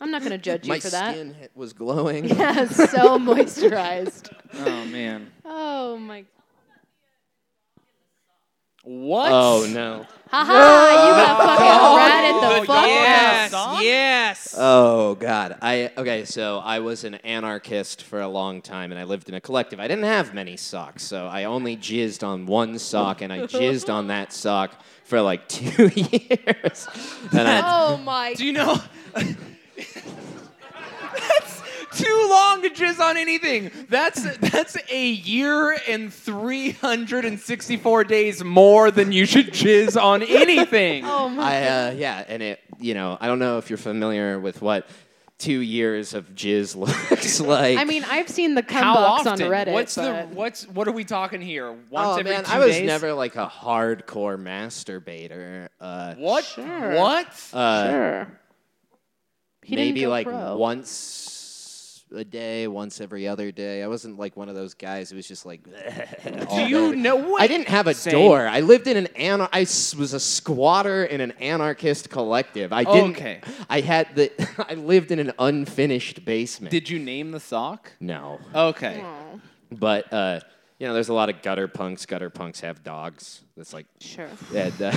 Speaker 3: I'm not going to judge
Speaker 6: My
Speaker 3: you for that.
Speaker 6: skin h- was glowing.
Speaker 3: Yeah, so moisturized.
Speaker 1: Oh man.
Speaker 3: Oh my.
Speaker 1: What?
Speaker 6: Oh no.
Speaker 3: Ha ha! you got fucking ratted the fuck
Speaker 7: yes,
Speaker 3: out.
Speaker 7: yes.
Speaker 6: Oh god. I okay. So I was an anarchist for a long time, and I lived in a collective. I didn't have many socks, so I only jizzed on one sock, and I jizzed on that sock for like two years. And I,
Speaker 3: Oh my.
Speaker 1: Do you know? that's too long to jizz on anything. That's that's a year and 364 days more than you should jizz on anything.
Speaker 3: Oh my.
Speaker 6: I uh, yeah, and it you know I don't know if you're familiar with what two years of jizz looks like.
Speaker 3: I mean, I've seen the cum
Speaker 1: How
Speaker 3: box
Speaker 1: often?
Speaker 3: on Reddit.
Speaker 1: what's
Speaker 3: but-
Speaker 1: the what's what are we talking here? Once
Speaker 6: Oh
Speaker 1: every
Speaker 6: man,
Speaker 1: two
Speaker 6: I was
Speaker 1: days?
Speaker 6: never like a hardcore masturbator. Uh,
Speaker 1: What?
Speaker 3: Sure.
Speaker 1: What?
Speaker 6: uh,
Speaker 3: Sure. He didn't
Speaker 6: maybe
Speaker 3: go
Speaker 6: like
Speaker 3: pro.
Speaker 6: once a day, once every other day. I wasn't like one of those guys who was just like. all
Speaker 1: Do you
Speaker 6: day.
Speaker 1: know what?
Speaker 6: I didn't have a
Speaker 7: Same.
Speaker 6: door. I lived in an anar- I s- was a squatter in an anarchist collective. I didn't.
Speaker 1: Okay.
Speaker 6: I had the. I lived in an unfinished basement.
Speaker 1: Did you name the sock?
Speaker 6: no,
Speaker 1: Okay.
Speaker 6: but uh, you know, there's a lot of gutter punks. Gutter punks have dogs. That's like.
Speaker 3: Sure.
Speaker 6: And, uh,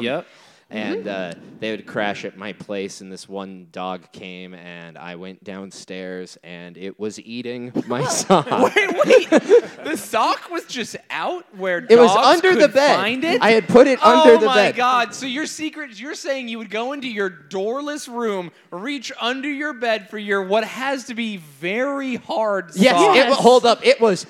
Speaker 1: Yep.
Speaker 6: and
Speaker 1: Mm.
Speaker 6: uh, they would crash at my place and this one dog came and i went downstairs and it was eating my sock
Speaker 1: Wait, wait. the sock was just out where
Speaker 6: it was
Speaker 1: dogs
Speaker 6: under
Speaker 1: could
Speaker 6: the bed
Speaker 1: Find it?
Speaker 6: i had put it
Speaker 1: oh
Speaker 6: under the
Speaker 1: my
Speaker 6: bed
Speaker 1: god! So your secret is you're saying you would go into your doorless room, reach under your bed for your what has to be very hard.
Speaker 6: yes
Speaker 1: sock.
Speaker 6: it wa- hold up it was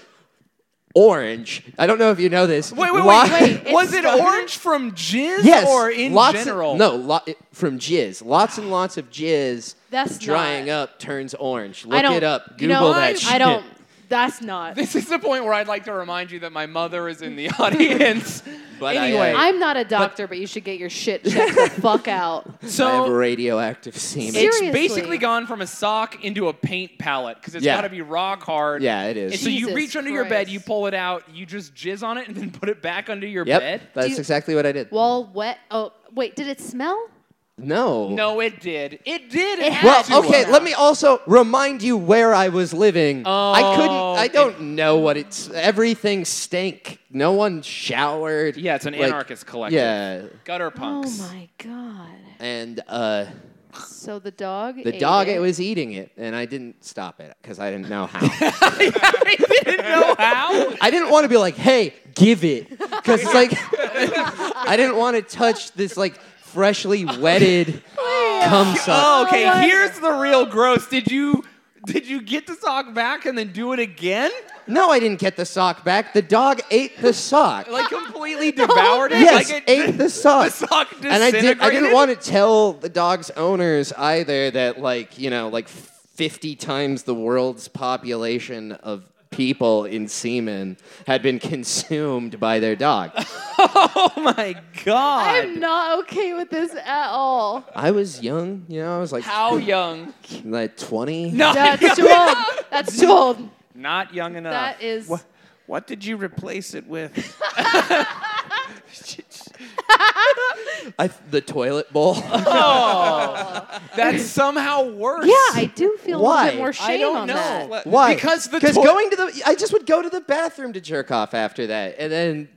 Speaker 6: orange i don't know if you know this
Speaker 1: Wait, wait,
Speaker 6: Lo-
Speaker 1: wait, wait. Was it
Speaker 3: it's stuck.
Speaker 1: orange from jizz
Speaker 6: yes
Speaker 1: or in
Speaker 6: lots of-
Speaker 1: general?
Speaker 6: no lo- it- from jizz lots and lots of jizz
Speaker 3: That's
Speaker 6: drying
Speaker 3: not-
Speaker 6: up turns orange
Speaker 3: I
Speaker 6: look
Speaker 3: don't.
Speaker 6: it up
Speaker 3: you
Speaker 6: google
Speaker 3: know,
Speaker 6: that
Speaker 3: I,
Speaker 6: shit.
Speaker 3: I don't. That's not.
Speaker 1: This is the point where I'd like to remind you that my mother is in the audience.
Speaker 6: But I,
Speaker 1: anyway,
Speaker 6: uh,
Speaker 3: I'm not a doctor, but, you should get your shit checked the fuck out.
Speaker 6: I have
Speaker 1: so
Speaker 6: radioactive semen
Speaker 3: Seriously?
Speaker 1: it's basically gone from a sock into a paint palette because it's
Speaker 6: Yeah.
Speaker 1: got to be rock hard.
Speaker 6: yeah it is
Speaker 1: And so you
Speaker 3: Jesus
Speaker 1: reach under your bed,
Speaker 3: Christ.
Speaker 1: you pull it out, you just jizz on it, and then put it back under your
Speaker 6: Yep,
Speaker 1: bed.
Speaker 6: that's
Speaker 3: Do you-
Speaker 6: exactly what I did.
Speaker 3: Wall wet. Oh wait, did it smell?
Speaker 6: no.
Speaker 1: No, it did. It did.
Speaker 3: It
Speaker 6: Well,
Speaker 1: had to.
Speaker 6: okay. Let me also remind you where I was living. I couldn't.
Speaker 1: Oh,
Speaker 6: I don't know what it's. Everything stank. No one showered.
Speaker 1: Yeah, it's an
Speaker 6: Like,
Speaker 1: anarchist collective.
Speaker 6: Yeah,
Speaker 1: Gutter punks.
Speaker 3: Oh my god.
Speaker 6: and uh,
Speaker 3: So the dog.
Speaker 6: the
Speaker 3: ate
Speaker 6: dog
Speaker 3: it.
Speaker 6: it was eating it, and I didn't stop it because I didn't know how.
Speaker 1: I didn't know how. Oh,
Speaker 6: I didn't want to be like, "Hey, give it," because it's like I didn't want to touch this like freshly wetted cum
Speaker 1: Oh,
Speaker 6: suck.
Speaker 1: okay.
Speaker 3: my-
Speaker 1: Here's the real gross. Did you did you get the sock back and then do it again?
Speaker 6: No, I didn't get the sock back. The dog ate the sock.
Speaker 1: Like completely devoured it?
Speaker 6: Yes,
Speaker 1: like it
Speaker 6: ate the sock.
Speaker 1: The sock
Speaker 6: and I, did, I didn't
Speaker 1: disintegrated?
Speaker 6: want to tell the dog's owners either that, like, you know, like 50 times the world's population of people in semen had been consumed by their dog.
Speaker 1: Oh my god.
Speaker 3: I'm not okay with this at all.
Speaker 6: I was young, you know, I was like,
Speaker 1: How young?
Speaker 6: like 20.
Speaker 1: No.
Speaker 3: That's too old. That's too old.
Speaker 1: Not young enough.
Speaker 3: That is.
Speaker 7: What did you replace it with?
Speaker 6: I, the toilet bowl.
Speaker 1: That's somehow worse.
Speaker 3: Yeah, I do feel a
Speaker 6: Why?
Speaker 3: little bit more shame
Speaker 1: I don't
Speaker 3: on
Speaker 1: know.
Speaker 3: that.
Speaker 6: Why?
Speaker 1: Because the
Speaker 6: Because
Speaker 1: toi-
Speaker 6: going to the, I just would go to the bathroom to jerk off after that and then,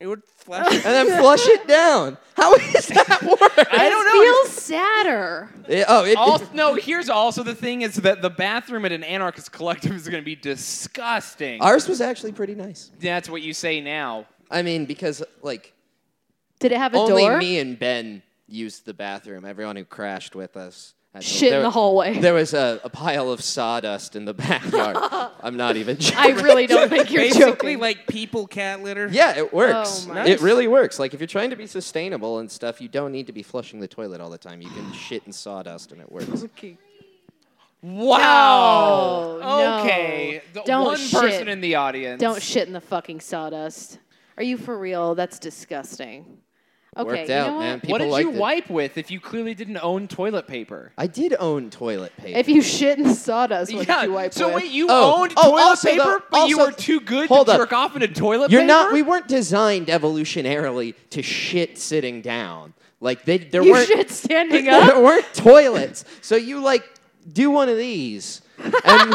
Speaker 7: It would flush. it.
Speaker 6: and then flush it down. How is that work?
Speaker 1: I
Speaker 3: It
Speaker 1: don't know.
Speaker 3: feels sadder.
Speaker 6: It- oh, it,
Speaker 1: also, no, here's also the thing is that the bathroom at an anarchist collective is going to be disgusting.
Speaker 6: ours was actually pretty nice.
Speaker 1: That's what you say now.
Speaker 6: I mean, because like
Speaker 3: Did it have a
Speaker 6: only
Speaker 3: door?
Speaker 6: me and Ben used the bathroom. Everyone who crashed with us. had to-
Speaker 3: Shit in
Speaker 6: there-
Speaker 3: the hallway.
Speaker 6: There was a, a pile of sawdust in the backyard. I'm not even joking.
Speaker 3: I really don't think you're
Speaker 7: Basically,
Speaker 3: joking.
Speaker 7: like people cat litter.
Speaker 6: Yeah, it works.
Speaker 3: Oh my
Speaker 6: it really works. Like if you're trying to be sustainable and stuff, you don't need to be flushing the toilet all the time. You can shit in sawdust and it works.
Speaker 1: Wow.
Speaker 3: Oh, No,
Speaker 1: okay.
Speaker 3: no.
Speaker 1: The
Speaker 3: Don't
Speaker 1: one
Speaker 3: shit.
Speaker 1: person in the audience.
Speaker 3: Don't shit in the fucking sawdust. Are you for real? That's disgusting. Okay,
Speaker 6: Worked
Speaker 3: you
Speaker 6: out,
Speaker 3: know what?
Speaker 6: man. People
Speaker 1: What did
Speaker 6: liked
Speaker 1: you
Speaker 6: it.
Speaker 1: wipe with if you clearly didn't own toilet paper?
Speaker 6: I did own toilet paper.
Speaker 3: If you shit in the sawdust, what did you wipe
Speaker 1: so
Speaker 3: with?
Speaker 1: wait, you
Speaker 6: Oh,
Speaker 1: owned
Speaker 6: oh,
Speaker 1: toilet
Speaker 6: also
Speaker 1: paper,
Speaker 6: the-
Speaker 1: but you
Speaker 6: also-
Speaker 1: were too good
Speaker 6: hold
Speaker 1: to
Speaker 6: up.
Speaker 1: jerk off in a toilet
Speaker 6: You're
Speaker 1: paper?
Speaker 6: not. We weren't designed evolutionarily to shit sitting down. Like they, there
Speaker 3: you
Speaker 6: weren't.
Speaker 3: shit standing up.
Speaker 6: there weren't toilets. So you like do one of these. And,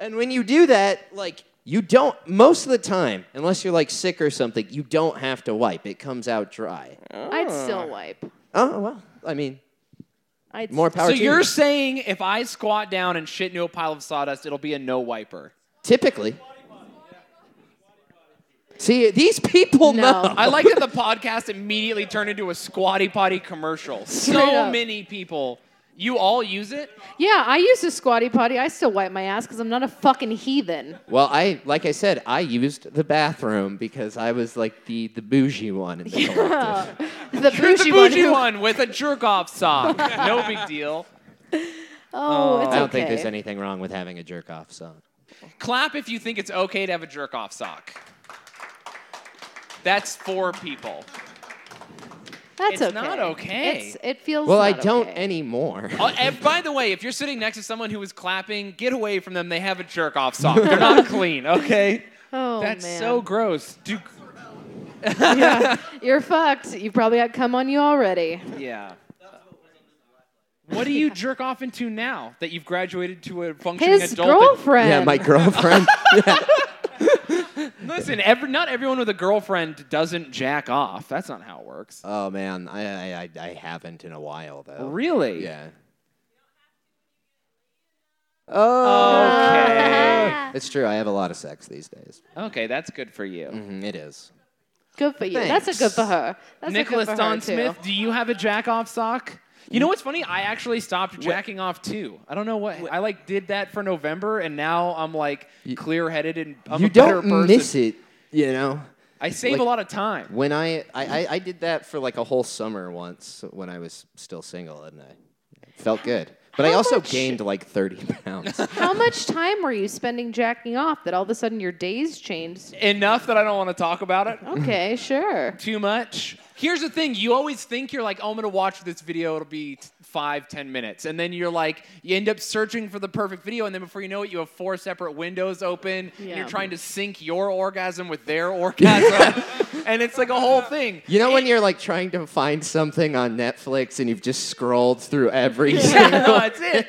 Speaker 6: and when you do that, like you don't most of the time, unless you're like sick or something, you don't have to wipe. It comes out dry.
Speaker 3: I'd still wipe.
Speaker 6: Oh well, I mean,
Speaker 3: I'd
Speaker 6: more power
Speaker 1: So
Speaker 6: to you.
Speaker 1: you're saying if I squat down and shit into a pile of sawdust, it'll be a no wiper.
Speaker 6: typically. See, these people
Speaker 3: No.
Speaker 6: know.
Speaker 1: I like that the podcast immediately turned into a squatty potty commercial.
Speaker 3: Straight
Speaker 1: So
Speaker 3: up.
Speaker 1: many people. You all use it?
Speaker 3: Yeah, I use a squatty potty. I still wipe my ass because I'm not a fucking heathen.
Speaker 6: Well, I like I said, I used the bathroom because I was like the the bougie one in the collective.
Speaker 3: The
Speaker 1: Here's
Speaker 3: bougie,
Speaker 1: a bougie
Speaker 3: who-
Speaker 1: one with a jerk off sock. No big deal.
Speaker 3: Oh, it's
Speaker 6: I don't
Speaker 3: okay.
Speaker 6: think there's anything wrong with having a jerk off song.
Speaker 1: Clap if you think it's okay to have a jerk off sock. That's four people.
Speaker 3: That's
Speaker 1: It's
Speaker 3: okay.
Speaker 1: not okay.
Speaker 3: It's, it feels.
Speaker 6: Well, I
Speaker 3: not
Speaker 6: don't
Speaker 3: okay.
Speaker 6: anymore.
Speaker 1: Oh, and by the way, if you're sitting next to someone who is clapping, get away from them. They have a jerk off sock. They're not clean, okay?
Speaker 3: Oh
Speaker 1: That's
Speaker 3: man.
Speaker 1: so gross. Do,
Speaker 3: yeah. You're fucked. You probably got cum on you already.
Speaker 1: yeah. What do you jerk off into now that you've graduated to a functioning
Speaker 3: His
Speaker 1: adult?
Speaker 3: girlfriend.
Speaker 6: Yeah, my girlfriend.
Speaker 1: Listen, every, not everyone with a girlfriend doesn't jack off. That's not how it works.
Speaker 3: Uh,
Speaker 6: oh man, I, I- I I haven't in a while though.
Speaker 1: Really?
Speaker 6: Yeah. Oh,
Speaker 1: Okay.
Speaker 6: it's true. I have a lot of sex these days.
Speaker 1: okay, that's good for
Speaker 3: Mm-hmm.
Speaker 1: you.
Speaker 6: Mhm, It is.
Speaker 3: Good for you. That's
Speaker 6: Thanks.
Speaker 3: a good for her. That's
Speaker 1: Nicholas
Speaker 3: a good for her
Speaker 1: Don
Speaker 3: too.
Speaker 1: Smith, do you have a jack off sock? You
Speaker 6: Mm.
Speaker 1: know what's funny? I actually stopped jacking off too. I don't know what I like did that for November, and now I'm like clear headed and I'm
Speaker 6: you
Speaker 1: a better
Speaker 6: don't
Speaker 1: person.
Speaker 6: miss it, you know.
Speaker 1: I save a
Speaker 6: like-
Speaker 1: lot of time.
Speaker 6: When I, I I I did that for like a whole summer once when I was still single, and I it felt good. But I
Speaker 3: How
Speaker 6: also
Speaker 3: much-
Speaker 6: gained like thirty pounds.
Speaker 3: How much time were you spending jacking off that all of a sudden your days changed?
Speaker 1: Enough that I don't want to talk about it.
Speaker 3: Okay, sure.
Speaker 1: Too much. Here's the thing: you always think you're like, oh, I'm gonna watch this video. It'll be t- five, ten minutes, and then you're like, you end up searching for the perfect video, and then before you know it, you have four separate windows open, and
Speaker 3: Yeah.
Speaker 1: you're trying to sync your orgasm with their orgasm, and it's like a whole thing.
Speaker 6: You know when you're like trying to find something on Netflix and you've just scrolled through every single
Speaker 1: no, it's it.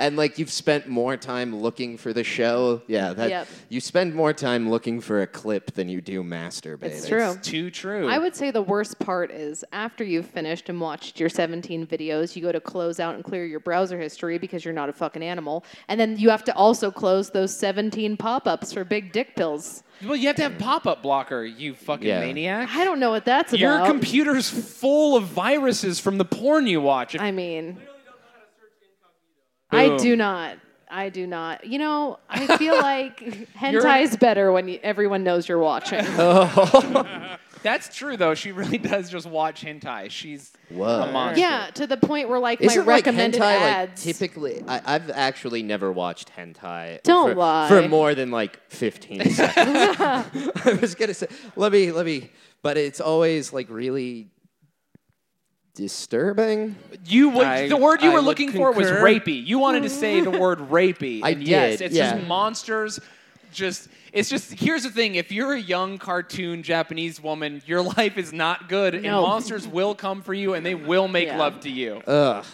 Speaker 6: and like you've spent more time looking for the show. Yeah, that
Speaker 3: Yep.
Speaker 6: you spend more time looking for a clip than you do masturbating.
Speaker 3: It's true.
Speaker 1: Too true.
Speaker 3: I would say the worst part is after you've finished and watched your 17 videos, you go to close out and clear your browser history because you're not a fucking animal. And then you have to also close those 17 pop ups for big dick pills.
Speaker 1: well, you have to have pop-up blocker. You fucking
Speaker 6: Yeah.
Speaker 1: maniac.
Speaker 3: I don't know what that's about.
Speaker 1: Your computer's full of viruses from the porn you watch. If
Speaker 3: I mean, I do not. I do not. You know, I feel like hentai's better when you, everyone knows you're watching.
Speaker 1: That's true, though. She really does just watch hentai. She's
Speaker 6: Whoa.
Speaker 1: a monster.
Speaker 3: yeah, to the point where like my
Speaker 6: Isn't like
Speaker 3: recommended
Speaker 6: hentai like
Speaker 3: ads.
Speaker 6: typically? I, I've actually never watched hentai.
Speaker 3: Don't
Speaker 6: for,
Speaker 3: lie.
Speaker 6: for more than like fifteen seconds. I was gonna say, let me, let me, but it's always like really disturbing.
Speaker 1: You would,
Speaker 7: I-
Speaker 1: the word you
Speaker 7: I
Speaker 1: were
Speaker 7: would
Speaker 1: looking for was
Speaker 7: concur.
Speaker 1: rapey. You wanted to say the word rapey.
Speaker 6: I
Speaker 1: and Yes,
Speaker 6: did,
Speaker 1: it's
Speaker 6: yeah.
Speaker 1: just monsters. Just it's just here's the thing. If you're a young cartoon Japanese woman, your life is not good, and
Speaker 3: No.
Speaker 1: monsters will come for you, and they will make
Speaker 3: Yeah.
Speaker 1: love to you.
Speaker 6: Ugh.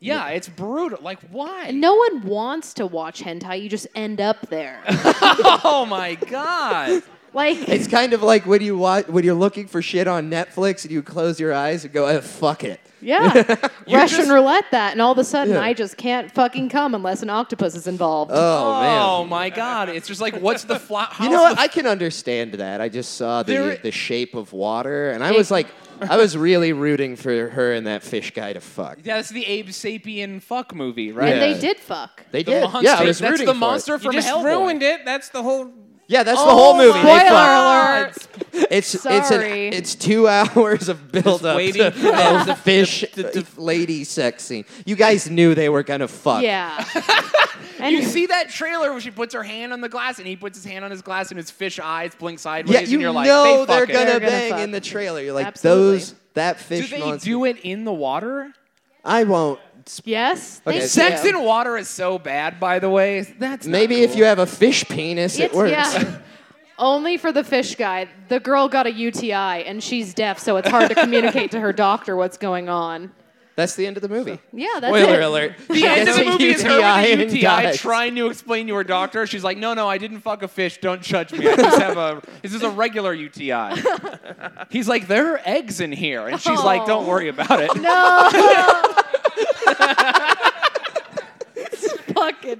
Speaker 1: yeah, it's brutal. Like why?
Speaker 3: no one wants to watch hentai. You just end up there.
Speaker 1: Oh my god.
Speaker 3: Like
Speaker 6: It's kind of like when you watch, when you're looking for shit on Netflix and you close your eyes and go, oh, "Fuck it."
Speaker 3: Yeah. Russian
Speaker 1: just-
Speaker 3: roulette that, and all of a sudden
Speaker 6: Yeah.
Speaker 3: I just can't fucking come unless an octopus is involved.
Speaker 6: Oh,
Speaker 1: Oh
Speaker 6: man.
Speaker 1: my god! It's just like, what's the fly?
Speaker 6: You know what? I can understand that. I just saw the
Speaker 1: There-
Speaker 6: the shape of water, and I was like, I was really rooting for her and that fish guy to fuck.
Speaker 1: That's the Abe Sapien fuck movie, right?
Speaker 3: and
Speaker 6: yeah.
Speaker 3: they did fuck.
Speaker 6: They
Speaker 1: The
Speaker 6: did.
Speaker 1: monster.
Speaker 6: Yeah, I was
Speaker 1: that's
Speaker 6: rooting
Speaker 1: the
Speaker 6: for it.
Speaker 1: monster Oh
Speaker 7: You
Speaker 1: from
Speaker 7: just
Speaker 1: Hellboy.
Speaker 7: ruined it. That's the whole.
Speaker 6: Yeah, that's the whole movie. They
Speaker 3: Spoiler
Speaker 6: fuck.
Speaker 3: alert!
Speaker 6: It's it's an,
Speaker 3: Sorry.
Speaker 6: it's two hours of build up
Speaker 7: waiting for
Speaker 6: of the fish uh, lady sex scene. You guys knew they were gonna fuck.
Speaker 3: Yeah. and
Speaker 1: You see that trailer where she puts her hand on the glass and he puts his hand on his glass and his fish eyes blink sideways
Speaker 6: Yeah,
Speaker 1: and
Speaker 6: you
Speaker 1: you're like,
Speaker 6: know
Speaker 1: they
Speaker 6: are
Speaker 1: fuck it.
Speaker 6: gonna
Speaker 3: They're gonna
Speaker 6: bang
Speaker 3: fuck.
Speaker 6: in the trailer. You're like
Speaker 3: Absolutely.
Speaker 6: those that
Speaker 1: Do
Speaker 6: fish
Speaker 1: they
Speaker 6: monster.
Speaker 1: do it in the water?
Speaker 6: I won't. sp-
Speaker 3: yes.
Speaker 6: Okay,
Speaker 3: thank
Speaker 1: Sex
Speaker 3: you.
Speaker 1: in water is so bad, by the way. That's not
Speaker 6: Maybe if
Speaker 1: cool.
Speaker 6: you have a fish penis, it
Speaker 3: It's-
Speaker 6: works.
Speaker 3: Yeah. Only for the fish guy. The girl got a UTI and she's deaf, so it's hard to communicate to her doctor what's going on.
Speaker 6: That's the end of the movie.
Speaker 3: Yeah, that's
Speaker 6: Spoiler
Speaker 3: it.
Speaker 6: alert.
Speaker 1: The end of the movie is her
Speaker 6: UTI and
Speaker 1: with a UTI
Speaker 6: dies.
Speaker 1: trying to explain to her doctor. She's like, "No, no, I didn't fuck a fish. Don't judge me. I just have a. This is a regular UTI." He's like, "There are eggs in here," and she's like, "Don't worry about it."
Speaker 3: Fucking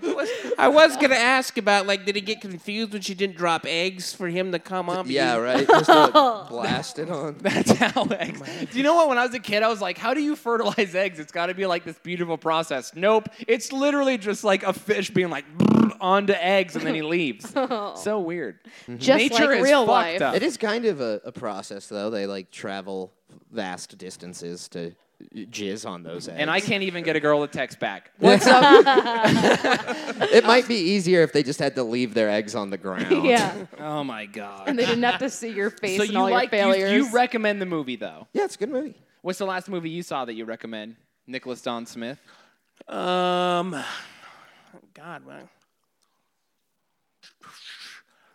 Speaker 7: I was gonna ask about like, did he get confused when she didn't drop eggs for him to come up?
Speaker 6: Yeah, right. Just uh, blast it on.
Speaker 1: That's how eggs. Do you know what? When I was a kid, I was like, "How do you fertilize eggs? It's got to be like this beautiful process." Nope. It's literally just like a fish being like onto eggs, and then he leaves. So weird.
Speaker 3: Oh. just
Speaker 1: Nature
Speaker 3: like
Speaker 1: is
Speaker 3: real
Speaker 1: fucked
Speaker 3: life.
Speaker 1: up.
Speaker 6: It is kind of a, a process, though. They like travel vast distances to jizz on those eggs.
Speaker 1: And I can't even get a girl to text back.
Speaker 6: What's up? it might be easier if they just had to leave their eggs on the ground.
Speaker 3: Yeah.
Speaker 1: Oh my god.
Speaker 3: And they didn't have to see your face
Speaker 1: So
Speaker 3: and
Speaker 1: you
Speaker 3: all
Speaker 1: like
Speaker 3: your
Speaker 1: you-
Speaker 3: failures.
Speaker 1: you recommend the movie though.
Speaker 6: Yeah, it's a good movie.
Speaker 1: What's the last movie you saw that you recommend? Nicholas Don Smith.
Speaker 6: Oh
Speaker 7: Um, God, well,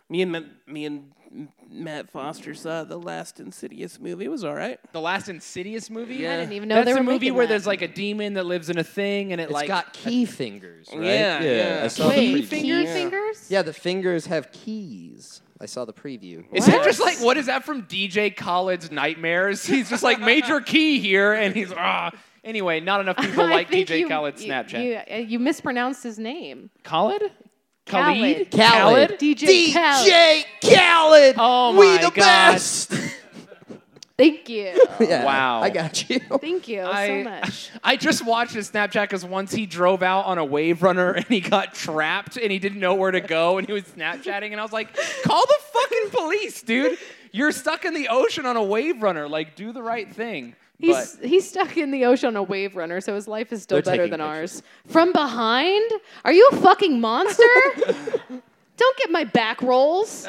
Speaker 7: me and Ma- me and M- Matt Foster saw the last Insidious movie. It was all right.
Speaker 1: The last Insidious movie.
Speaker 7: Yeah. I
Speaker 3: I didn't even know
Speaker 1: That's
Speaker 3: they were
Speaker 1: a movie
Speaker 3: making
Speaker 1: where
Speaker 3: that.
Speaker 1: there's like a demon that lives in a thing, and it
Speaker 6: It's
Speaker 1: like
Speaker 6: got key fingers, right?
Speaker 7: Yeah, yeah.
Speaker 6: I saw
Speaker 3: Wait,
Speaker 6: the
Speaker 3: key
Speaker 6: preview.
Speaker 7: Yeah.
Speaker 3: fingers?
Speaker 6: Yeah, the fingers have keys. I saw the preview.
Speaker 1: Is
Speaker 3: What?
Speaker 1: it just like what is that from DJ Khaled's Nightmares? He's just like major key here, and he's ah. Anyway, not enough people
Speaker 3: I
Speaker 1: like
Speaker 3: think
Speaker 1: DJ
Speaker 3: you-
Speaker 1: Khaled's
Speaker 3: you-
Speaker 1: Snapchat.
Speaker 3: You, uh, you mispronounced his name.
Speaker 1: Khaled? Khalid?
Speaker 3: Khaled.
Speaker 6: Khaled.
Speaker 3: DJ Khaled.
Speaker 6: DJ Khaled.
Speaker 1: Oh
Speaker 6: we
Speaker 1: my
Speaker 6: the
Speaker 1: God.
Speaker 6: best.
Speaker 3: Thank you.
Speaker 6: Yeah,
Speaker 1: Wow.
Speaker 6: I got you.
Speaker 3: Thank you so
Speaker 1: I,
Speaker 3: much.
Speaker 1: I just watched his Snapchat because once he drove out on a wave runner and he got trapped and he didn't know where to go and he was Snapchatting and I was like, call the fucking police, dude. You're stuck in the ocean on a wave runner. Like, do the right thing.
Speaker 3: He's
Speaker 1: But-
Speaker 3: he's stuck in the ocean on a wave runner, so his life is still
Speaker 6: They're
Speaker 3: better
Speaker 6: taking
Speaker 3: than
Speaker 6: pictures.
Speaker 3: ours. From behind? Are you a fucking monster? Don't get my back rolls.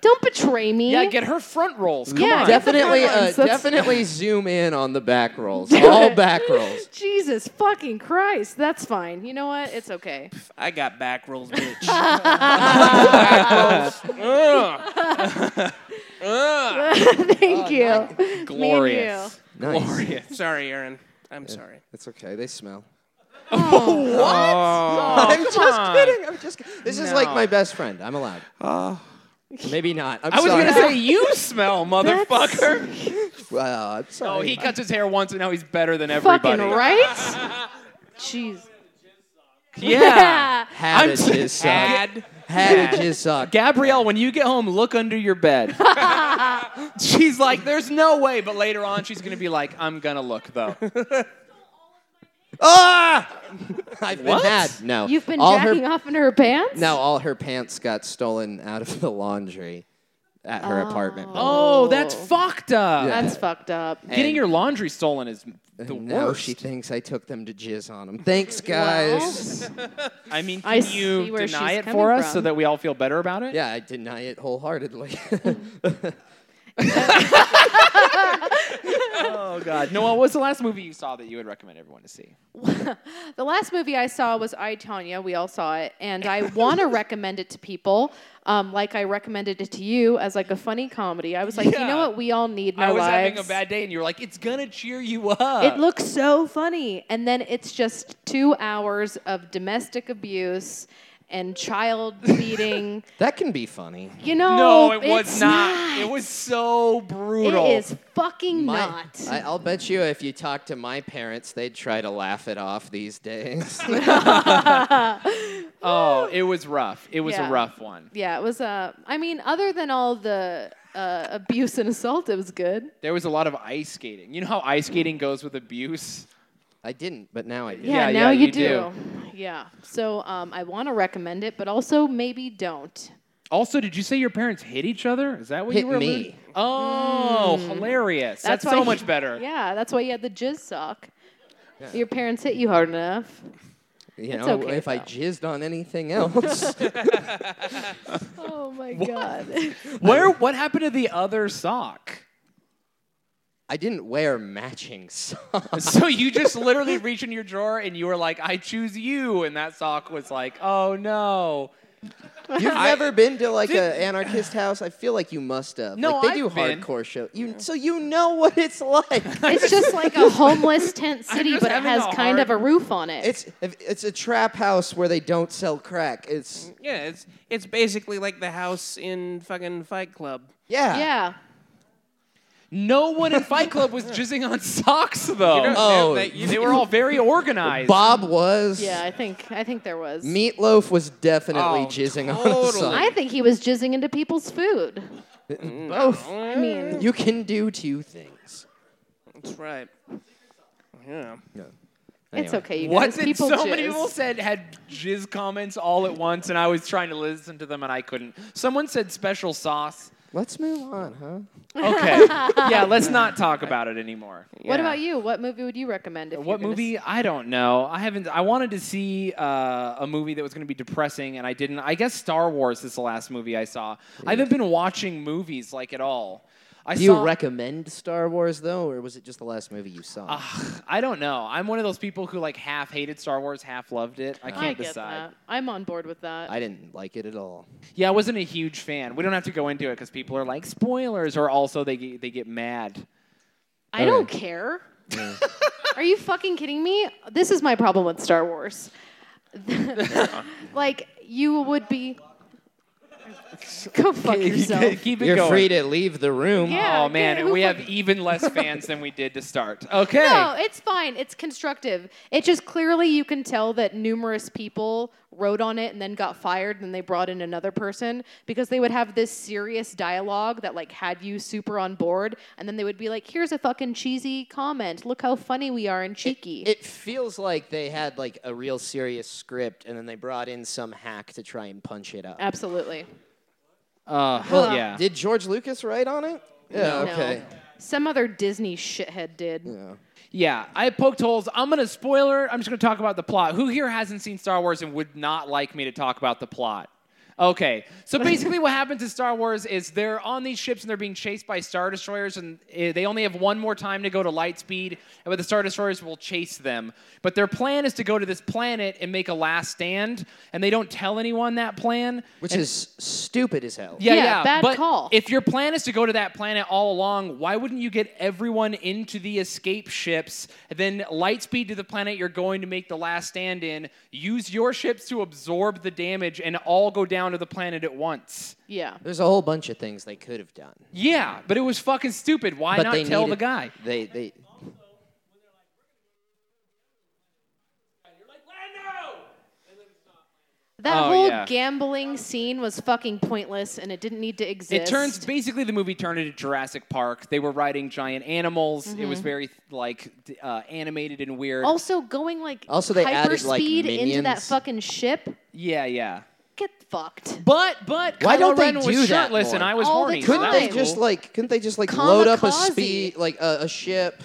Speaker 3: Don't betray me.
Speaker 1: yeah, get her front rolls. Come
Speaker 3: Yeah,
Speaker 1: on.
Speaker 3: get the
Speaker 6: Definitely,
Speaker 3: front
Speaker 6: uh,
Speaker 3: ones. That's-
Speaker 6: definitely zoom in on the back rolls. All back rolls.
Speaker 3: Jesus fucking Christ. That's fine. You know what? It's okay.
Speaker 7: I got back rolls, bitch.
Speaker 3: Thank
Speaker 1: Oh,
Speaker 3: you. Me and
Speaker 1: Glorious.
Speaker 3: you.
Speaker 6: Nice.
Speaker 7: sorry, Aaron. I'm sorry.
Speaker 6: It's okay. They smell.
Speaker 1: Oh,
Speaker 6: I'm just kidding. I'm just. kid- This is like
Speaker 1: No.
Speaker 6: my best friend. I'm allowed. Maybe not. I'm
Speaker 1: I was
Speaker 6: sorry.
Speaker 1: gonna say you smell, motherfucker.
Speaker 6: Well, I'm sorry.
Speaker 1: Oh, he cuts his hair once and now he's better than everybody.
Speaker 3: Fucking right? Jeez.
Speaker 1: Yeah.
Speaker 6: had
Speaker 1: I'm
Speaker 6: a
Speaker 1: t-
Speaker 6: jizz sock.
Speaker 7: Bad.
Speaker 6: Had a jizz sock.
Speaker 1: Gabrielle, when you get home, look under your bed. she's like, there's no way, but later on she's gonna be like, I'm gonna look though.
Speaker 6: Ah! I've
Speaker 1: What?
Speaker 6: been had. No.
Speaker 3: You've been
Speaker 6: all
Speaker 3: jacking
Speaker 6: her,
Speaker 3: off into her pants?
Speaker 6: No, all her pants got stolen out of the laundry at her apartment. building.
Speaker 1: Oh, that's fucked up.
Speaker 6: Yeah.
Speaker 3: That's fucked up.
Speaker 1: Getting your laundry stolen is the
Speaker 6: And now
Speaker 1: worst.
Speaker 6: she thinks I took them to jizz on them. Thanks, guys.
Speaker 1: I mean,
Speaker 3: I
Speaker 1: can you
Speaker 3: see where
Speaker 1: deny
Speaker 3: she's
Speaker 1: it
Speaker 3: coming
Speaker 1: for us so
Speaker 3: from.
Speaker 1: that we all feel better about it?
Speaker 6: Yeah, I deny it wholeheartedly.
Speaker 1: Oh God. Noel, what was the last movie you saw that you would recommend everyone to see?
Speaker 3: The last movie I saw was I, Tanya. We all saw it. And I want to recommend it to people, um, like I recommended it to you as like a funny comedy. I was like, you
Speaker 1: Yeah.
Speaker 3: know what we all need in
Speaker 1: I
Speaker 3: our
Speaker 1: was
Speaker 3: lives?
Speaker 1: having a bad day, and you were like, "It's gonna cheer you up."
Speaker 3: It looks so funny. And then it's just two hours of domestic abuse and child beating.
Speaker 6: That can be funny.
Speaker 3: you know,
Speaker 1: No, it
Speaker 3: it's
Speaker 1: was not. It was so brutal.
Speaker 3: It is fucking
Speaker 6: My-
Speaker 3: not.
Speaker 6: I, I'll bet you if you talk to my parents, they'd try to laugh it off these days.
Speaker 1: Oh, it was rough. It was
Speaker 3: Yeah.
Speaker 1: a rough one.
Speaker 3: yeah, it was. Uh, I mean, other than all the uh, abuse and assault, it was good.
Speaker 1: There was a lot of ice skating. You know how ice skating goes with abuse?
Speaker 6: I didn't, but now I do.
Speaker 3: Yeah,
Speaker 1: Yeah, yeah,
Speaker 3: now you,
Speaker 1: you
Speaker 3: do.
Speaker 1: do.
Speaker 3: Yeah. So um, I want to recommend it, but also maybe don't.
Speaker 1: Also, did you say your parents hit each other? Is that what
Speaker 6: Hit
Speaker 1: you were
Speaker 6: me.
Speaker 1: alluding- Oh, hilarious. That's,
Speaker 3: why
Speaker 1: so
Speaker 3: you-
Speaker 1: much better.
Speaker 3: Mm. Yeah, that's why you had the jizz sock. Your parents hit you hard enough.
Speaker 6: You
Speaker 3: It's
Speaker 6: know,
Speaker 3: okay,
Speaker 6: if I
Speaker 3: though.
Speaker 6: jizzed on anything else,
Speaker 3: Oh my god.
Speaker 1: Where what happened to the other sock?
Speaker 6: I didn't wear matching socks.
Speaker 1: So you just literally reach in your drawer and you were like, "I choose you," and that sock was like, "Oh no."
Speaker 6: You've never been to like an anarchist house? I feel like you must have.
Speaker 1: No,
Speaker 6: like, they
Speaker 1: I've
Speaker 6: do
Speaker 1: been.
Speaker 6: hardcore show. You so you know what it's like.
Speaker 3: it's just like a homeless tent city,
Speaker 1: just
Speaker 3: but it
Speaker 1: having
Speaker 3: has
Speaker 1: a
Speaker 3: kind of a
Speaker 1: hard-
Speaker 3: roof on it.
Speaker 6: it's it's a trap house where they don't sell crack. It's
Speaker 7: Yeah, it's it's basically like the house in fucking Fight Club.
Speaker 6: yeah.
Speaker 3: yeah.
Speaker 1: No one in Fight Club was jizzing on socks though.
Speaker 6: Oh,
Speaker 1: they were all very organized.
Speaker 6: Bob was.
Speaker 3: Yeah, I think I think there was.
Speaker 6: Meatloaf was definitely
Speaker 7: Oh,
Speaker 6: jizzing on the
Speaker 7: totally.
Speaker 6: side.
Speaker 3: I think he was jizzing into people's food.
Speaker 6: Both.
Speaker 3: I mean,
Speaker 6: You can do two things.
Speaker 7: That's right. Yeah.
Speaker 3: it's okay. You
Speaker 1: What?
Speaker 3: guys,
Speaker 1: Did
Speaker 3: people
Speaker 1: so many
Speaker 3: jizz.
Speaker 1: people said had jizz comments all at once, and I was trying to listen to them and I couldn't. Someone said special sauce.
Speaker 6: Let's move on, huh?
Speaker 1: Okay. yeah, let's not talk about it anymore.
Speaker 3: What about you? What movie would you recommend? If
Speaker 1: What
Speaker 3: you're gonna
Speaker 1: movie? I don't know. I haven't. I wanted to see uh, a movie that was going to be depressing, and I didn't. I guess Star Wars is the last movie I saw. I haven't been watching movies like at all. I
Speaker 6: Do you
Speaker 1: saw,
Speaker 6: recommend Star Wars though, or was it just the last movie you saw?
Speaker 1: Ah. I don't know. I'm one of those people who like half hated Star Wars, half loved it. I
Speaker 3: I,
Speaker 1: can't
Speaker 3: get
Speaker 1: decide.
Speaker 3: that. I'm on board with that.
Speaker 6: I didn't like it at all.
Speaker 1: Yeah, I wasn't a huge fan. We don't have to go into it because people are like spoilers, or also they get, they get mad.
Speaker 3: I don't care. Are you fucking kidding me? This is my problem with Star Wars. like you would be. Go fuck yourself.
Speaker 1: Keep it
Speaker 6: You're
Speaker 1: going.
Speaker 6: free to leave the room.
Speaker 3: Yeah,
Speaker 1: oh man,
Speaker 3: dude,
Speaker 1: and
Speaker 3: who
Speaker 1: we have
Speaker 3: fucking-
Speaker 1: even less fans than we did to start. Okay.
Speaker 3: No, it's fine. It's constructive. It just clearly you can tell that numerous people wrote on it and then got fired and then they brought in another person because they would have this serious dialogue that like had you super on board and then they would be like, "Here's a fucking cheesy comment. Look how funny we are and cheeky."
Speaker 6: It feels like they had like a real serious script, and then they brought in some hack to try and punch it
Speaker 3: Oh.
Speaker 6: up.
Speaker 3: Absolutely.
Speaker 1: Uh, yeah.
Speaker 6: Did George Lucas write on it? Yeah.
Speaker 3: No.
Speaker 6: Oh, Okay.
Speaker 3: Some other Disney shithead did.
Speaker 1: Yeah, I poked holes. I'm gonna spoiler. I'm just gonna talk about the plot. Who here hasn't seen Star Wars and would not like me to talk about the plot? Okay, so basically, what happens in Star Wars is they're on these ships and they're being chased by star destroyers, and uh, they only have one more time to go to light speed, but the star destroyers will chase them. But their plan is to go to this planet and make a last stand, and they don't tell anyone that plan.
Speaker 6: Which is stupid as hell.
Speaker 1: Yeah,
Speaker 3: Yeah,
Speaker 1: yeah.
Speaker 3: bad
Speaker 1: but
Speaker 3: call.
Speaker 1: If your plan is to go to that planet all along, why wouldn't you get everyone into the escape ships, and then light speed to the planet you're going to make the last stand in, use your ships to absorb the damage, and all go down to the planet at once?
Speaker 3: Yeah.
Speaker 1: Oh,
Speaker 6: There's a whole bunch of things they could have done.
Speaker 1: Yeah, but it was fucking stupid. Why
Speaker 6: but
Speaker 1: not
Speaker 6: they
Speaker 1: tell the
Speaker 6: needed-
Speaker 1: guy?
Speaker 6: They they.
Speaker 3: That
Speaker 1: Oh,
Speaker 3: whole
Speaker 1: yeah.
Speaker 3: gambling scene was fucking pointless and it didn't need to exist.
Speaker 1: It turns basically the movie turned into Jurassic Park. They were riding giant animals. It
Speaker 6: Mm-hmm.
Speaker 1: was very like d- uh, animated and weird.
Speaker 6: Oh.
Speaker 3: Also, going like
Speaker 6: Also, they added, like,
Speaker 3: hyperspeed into that
Speaker 6: minions.
Speaker 3: fucking ship.
Speaker 1: yeah, yeah.
Speaker 3: Get fucked.
Speaker 1: But but
Speaker 6: Why
Speaker 1: Kylo
Speaker 6: don't they
Speaker 1: Ren was
Speaker 6: do that
Speaker 1: shirtless and
Speaker 6: more?
Speaker 1: I was
Speaker 3: All the
Speaker 1: horny. so
Speaker 6: Couldn't
Speaker 1: that
Speaker 6: they
Speaker 1: was
Speaker 6: just
Speaker 1: cool.
Speaker 6: like? Couldn't they just like load up a
Speaker 3: Kamikaze.
Speaker 6: speed like a, a ship,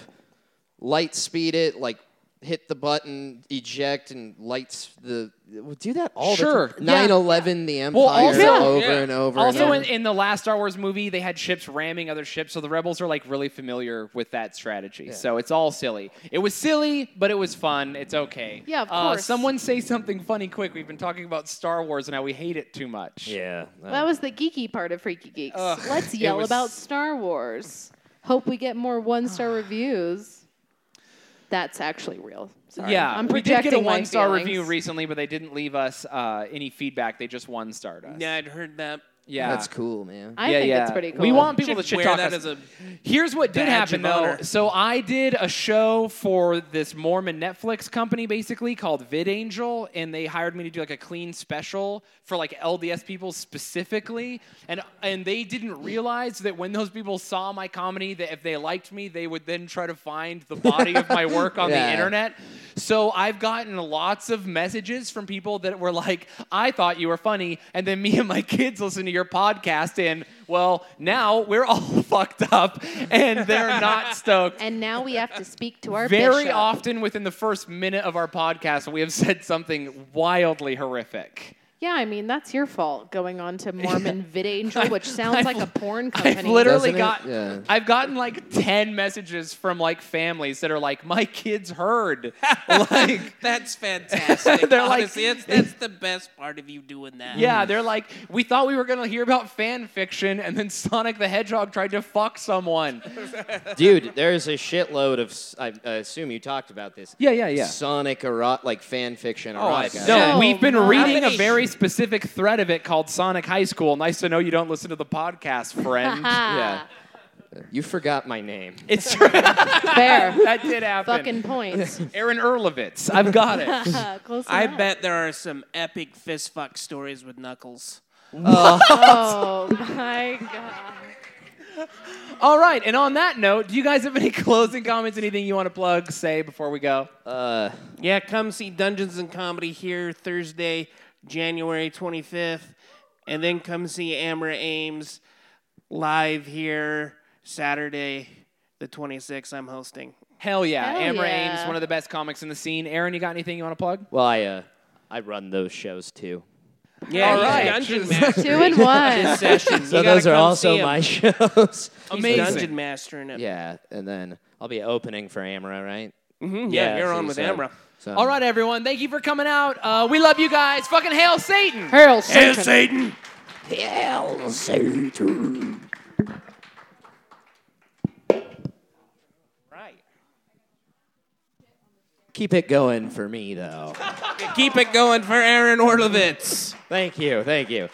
Speaker 6: light speed it like. Hit the button, eject, and lights the. Do that all
Speaker 1: Sure,
Speaker 6: the time.
Speaker 1: yeah.
Speaker 6: 9 11, the Empire,
Speaker 1: Well, also-
Speaker 6: over
Speaker 7: Yeah.
Speaker 6: and over and
Speaker 1: Also,
Speaker 6: over.
Speaker 1: in, in the last Star Wars movie, they had ships ramming other ships, so the rebels are like really familiar with that strategy. So it's all silly. It was silly, but it was fun. It's okay.
Speaker 3: Yeah, of
Speaker 1: Uh,
Speaker 3: course.
Speaker 1: someone say something funny quick. We've been talking about Star Wars and how we hate it too much.
Speaker 6: yeah.
Speaker 3: That was the geeky part of Freaky Geeks.
Speaker 1: Uh. Ugh,
Speaker 3: Let's
Speaker 1: it
Speaker 3: yell
Speaker 1: was-
Speaker 3: about Star Wars. Hope we get more one star reviews. that's actually real. Sorry.
Speaker 1: Yeah,
Speaker 3: I'm
Speaker 1: we did
Speaker 3: projecting
Speaker 1: get a
Speaker 3: my
Speaker 1: one-star
Speaker 3: feelings.
Speaker 1: review recently, but they didn't leave us uh, any feedback. They just one-starred us.
Speaker 7: Yeah, I'd heard that.
Speaker 1: yeah,
Speaker 6: That's cool, man.
Speaker 3: I
Speaker 1: yeah,
Speaker 3: think
Speaker 1: yeah.
Speaker 3: it's pretty cool.
Speaker 1: We want people
Speaker 7: Should
Speaker 1: to shit
Speaker 7: wear
Speaker 1: talk
Speaker 7: that
Speaker 1: us.
Speaker 7: as a
Speaker 1: Here's what did
Speaker 7: badge
Speaker 1: happen
Speaker 7: of
Speaker 1: though.
Speaker 7: honor.
Speaker 1: So I did a show for this Mormon Netflix company, basically called VidAngel, and they hired me to do like a clean special for like LDS people specifically. And and they didn't realize that when those people saw my comedy, that if they liked me, they would then try to find the body of my work on the
Speaker 6: Yeah.
Speaker 1: internet internet. So I've gotten lots of messages from people that were like, I thought you were funny. And then me and my kids listen to your podcast, and well, now we're all fucked up and they're not stoked.
Speaker 3: And now we have to speak to our
Speaker 1: Very
Speaker 3: bishop.
Speaker 1: often within the first minute of our podcast, we have said something wildly horrific.
Speaker 3: Yeah, I mean that's your fault going on to Mormon Vid Angel, which sounds
Speaker 1: I've-
Speaker 3: like a porn company.
Speaker 1: I've literally got
Speaker 6: Doesn't it? Yeah.
Speaker 1: I've gotten like 10 messages from like families that are like my kids heard like
Speaker 7: That's fantastic.
Speaker 1: They're like-
Speaker 7: Honestly, that's, that's the best part of you doing that.
Speaker 1: Yeah, they're like, we thought we were gonna hear about fan fiction, and then Sonic the Hedgehog tried to fuck someone.
Speaker 6: Dude, there's a shitload of. s- I I assume you talked about this.
Speaker 1: Yeah, yeah, yeah.
Speaker 6: Sonic erot, like fan fiction
Speaker 7: Oh, I
Speaker 6: erotica.
Speaker 7: see.
Speaker 1: No,
Speaker 3: Oh,
Speaker 1: we've been
Speaker 3: my.
Speaker 1: reading a
Speaker 7: How many-
Speaker 1: very specific thread of it called Sonic High School. Nice to know you don't listen to the podcast, friend.
Speaker 3: Ah,
Speaker 6: Yeah. You forgot my name.
Speaker 1: it's true.
Speaker 3: Fair.
Speaker 1: that did happen.
Speaker 3: Fucking points. Uh,
Speaker 1: Aaron Erlovitz. I've got it.
Speaker 3: Close
Speaker 7: I
Speaker 3: enough.
Speaker 7: bet there are some epic fistfuck stories with Knuckles.
Speaker 3: Oh my god.
Speaker 1: All right, and on that note, do you guys have any closing comments? Anything you want to plug, say before we go?
Speaker 6: Uh,
Speaker 7: Yeah, come see Dungeons and Comedy here Thursday, January 25th, and then come see Amber Ames live here Saturday, the 26th. I'm hosting.
Speaker 1: Hell yeah,
Speaker 3: Hell
Speaker 1: Amber
Speaker 3: yeah.
Speaker 1: Ames, one of the best comics in the scene. Aaron, you got anything you want to plug?
Speaker 6: well, I uh, I run those shows too.
Speaker 7: Yeah,
Speaker 1: All
Speaker 7: he's a
Speaker 1: right.
Speaker 7: Dungeon Master.
Speaker 3: Two and one.
Speaker 7: session.
Speaker 6: So those are also my shows.
Speaker 1: Amazing.
Speaker 7: Dungeon mastering it.
Speaker 6: yeah, and then I'll be opening for Amra, right?
Speaker 7: Mhm, yeah, you're
Speaker 6: so-
Speaker 7: on with
Speaker 6: so-
Speaker 7: Amra.
Speaker 6: so-
Speaker 1: All right, everyone. Thank you for coming out. Uh, we love you guys. Fucking hail Satan.
Speaker 3: Hail Satan.
Speaker 7: Right.
Speaker 6: Keep it going for me, though.
Speaker 7: Keep it going for Aaron Orlovitz.
Speaker 6: thank you, thank you.